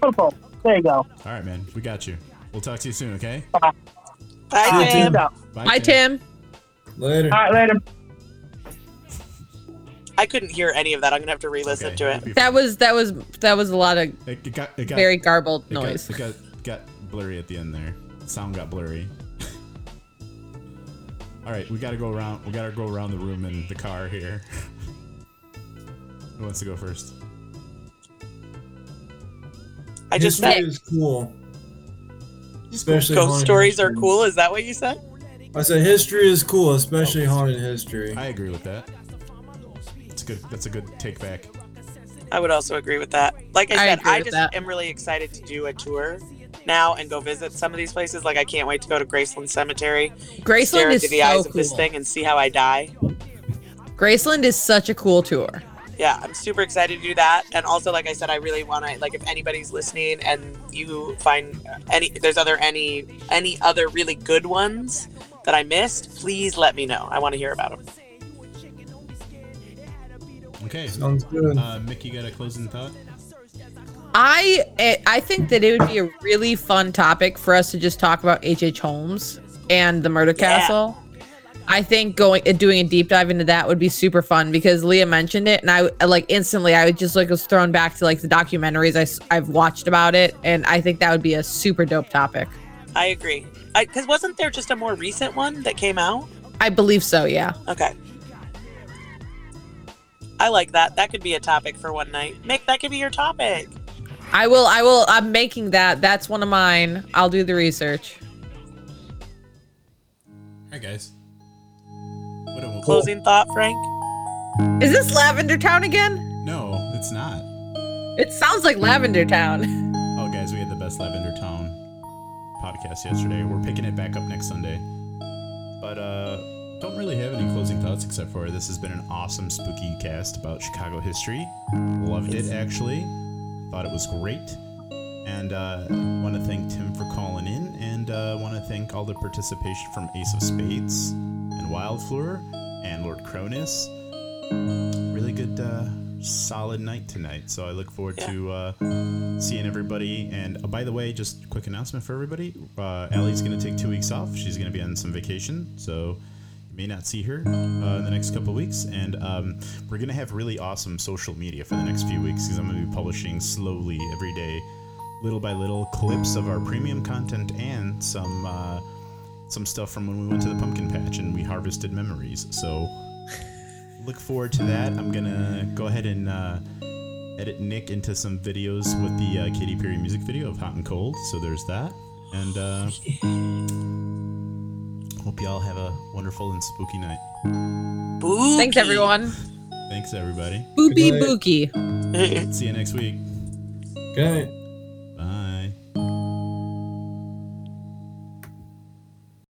Speaker 6: Purple. There you go.
Speaker 5: right, man. We got you. We'll talk to you soon. Okay.
Speaker 1: Bye,
Speaker 4: Yeah,
Speaker 1: Tim.
Speaker 4: Tim.
Speaker 6: All
Speaker 3: Hi, Tim.
Speaker 4: Later.
Speaker 6: right, later.
Speaker 1: I couldn't hear any of that. I'm going to have to re listen
Speaker 5: Okay,
Speaker 1: to it.
Speaker 5: it'll be
Speaker 3: That was that was that was a lot of
Speaker 5: fine. It, it got it got
Speaker 3: very garbled
Speaker 5: it got-
Speaker 3: noise.
Speaker 5: It got, got blurry at the end there. Sound got blurry. All right, we got to go around. We got to go around the room in the car here. Who wants to go first?
Speaker 1: I just
Speaker 4: History
Speaker 1: said
Speaker 4: is cool. Especially
Speaker 1: ghost
Speaker 4: haunted
Speaker 1: stories are
Speaker 4: history.
Speaker 1: cool. Is that what you said?
Speaker 4: I said history is cool, especially
Speaker 1: Oh.
Speaker 4: haunted history.
Speaker 5: I agree with that. It's good. That's a good take back.
Speaker 1: I would also agree with that. Like I
Speaker 3: I
Speaker 1: said,
Speaker 3: agree
Speaker 1: I,
Speaker 3: with
Speaker 1: just
Speaker 3: that.
Speaker 1: am really excited to do a tour now and go visit some of these places. Like I can't wait to go to Graceland Cemery, stare
Speaker 3: Graceland
Speaker 1: into
Speaker 3: is
Speaker 1: the
Speaker 3: so
Speaker 1: eyes of this
Speaker 3: cool.
Speaker 1: thing and see how I die.
Speaker 3: Graceland is such a cool tour.
Speaker 1: Yeah, I'm super excited to do that. And also, like I said, I really want to like if anybody's listening and you find any there's other any any other really good ones that I missed, please let me know. I want to hear about them.
Speaker 5: Okay.
Speaker 4: Sounds good.
Speaker 5: Uh, Mick, you got a closing thought?
Speaker 3: I eh, I think that it would be a really fun topic for us to just talk about H.H. H. Holmes and the Murder
Speaker 1: Yeah.
Speaker 3: Castle. I think going eh, doing a deep dive into that would be super fun because Leah mentioned it, and I eh, like instantly I would just like was thrown back to like the documentaries I s- I've watched about it, and I think that would be a super dope topic.
Speaker 1: I agree. Because wasn't there just a more recent one that came out?
Speaker 3: I believe so. Yeah.
Speaker 1: Okay. I like that. That could be a topic for one night. Mick, that could be your topic.
Speaker 3: I will. I will. I'm making that. That's one of mine. I'll do the research.
Speaker 5: All right, guys. What a,
Speaker 1: Closing thought, Frank?
Speaker 3: Is this Lavender Town again?
Speaker 5: No, it's not.
Speaker 3: It sounds like Lavender Town.
Speaker 5: Oh, guys, we had the best Lavender Town podcast yesterday. We're picking it back up next Sunday. But uh, don't really have any closing thoughts except for this has been an awesome spooky cast about Chicago history. Loved it, actually. Thought it was great. And uh, want to thank Tim for calling in, and uh, want to thank all the participation from Ace of Spades and Wildflower and Lord Cronus. Really good, uh, solid night tonight. So I look forward to uh, seeing everybody. And oh, by the way, just a quick announcement for everybody. Uh, Allie's going to take two weeks off. She's going to be on some vacation, so you may not see her uh, in the next couple weeks. And um, we're going to have really awesome social media for the next few weeks because I'm going to be publishing slowly every day, little by little, clips of our premium content and some. Uh, some stuff from when we went to the pumpkin patch and we harvested memories. So look forward to that. I'm gonna go ahead and uh, edit Nick into some videos with the uh, Katy Perry music video of Hot and Cold. So there's that. And uh, hope y'all have a wonderful and spooky night.
Speaker 1: Boo.
Speaker 3: Thanks everyone.
Speaker 5: Thanks everybody.
Speaker 3: Boopy
Speaker 4: Good night.
Speaker 3: bookie.
Speaker 10: See you next week.
Speaker 5: Good night.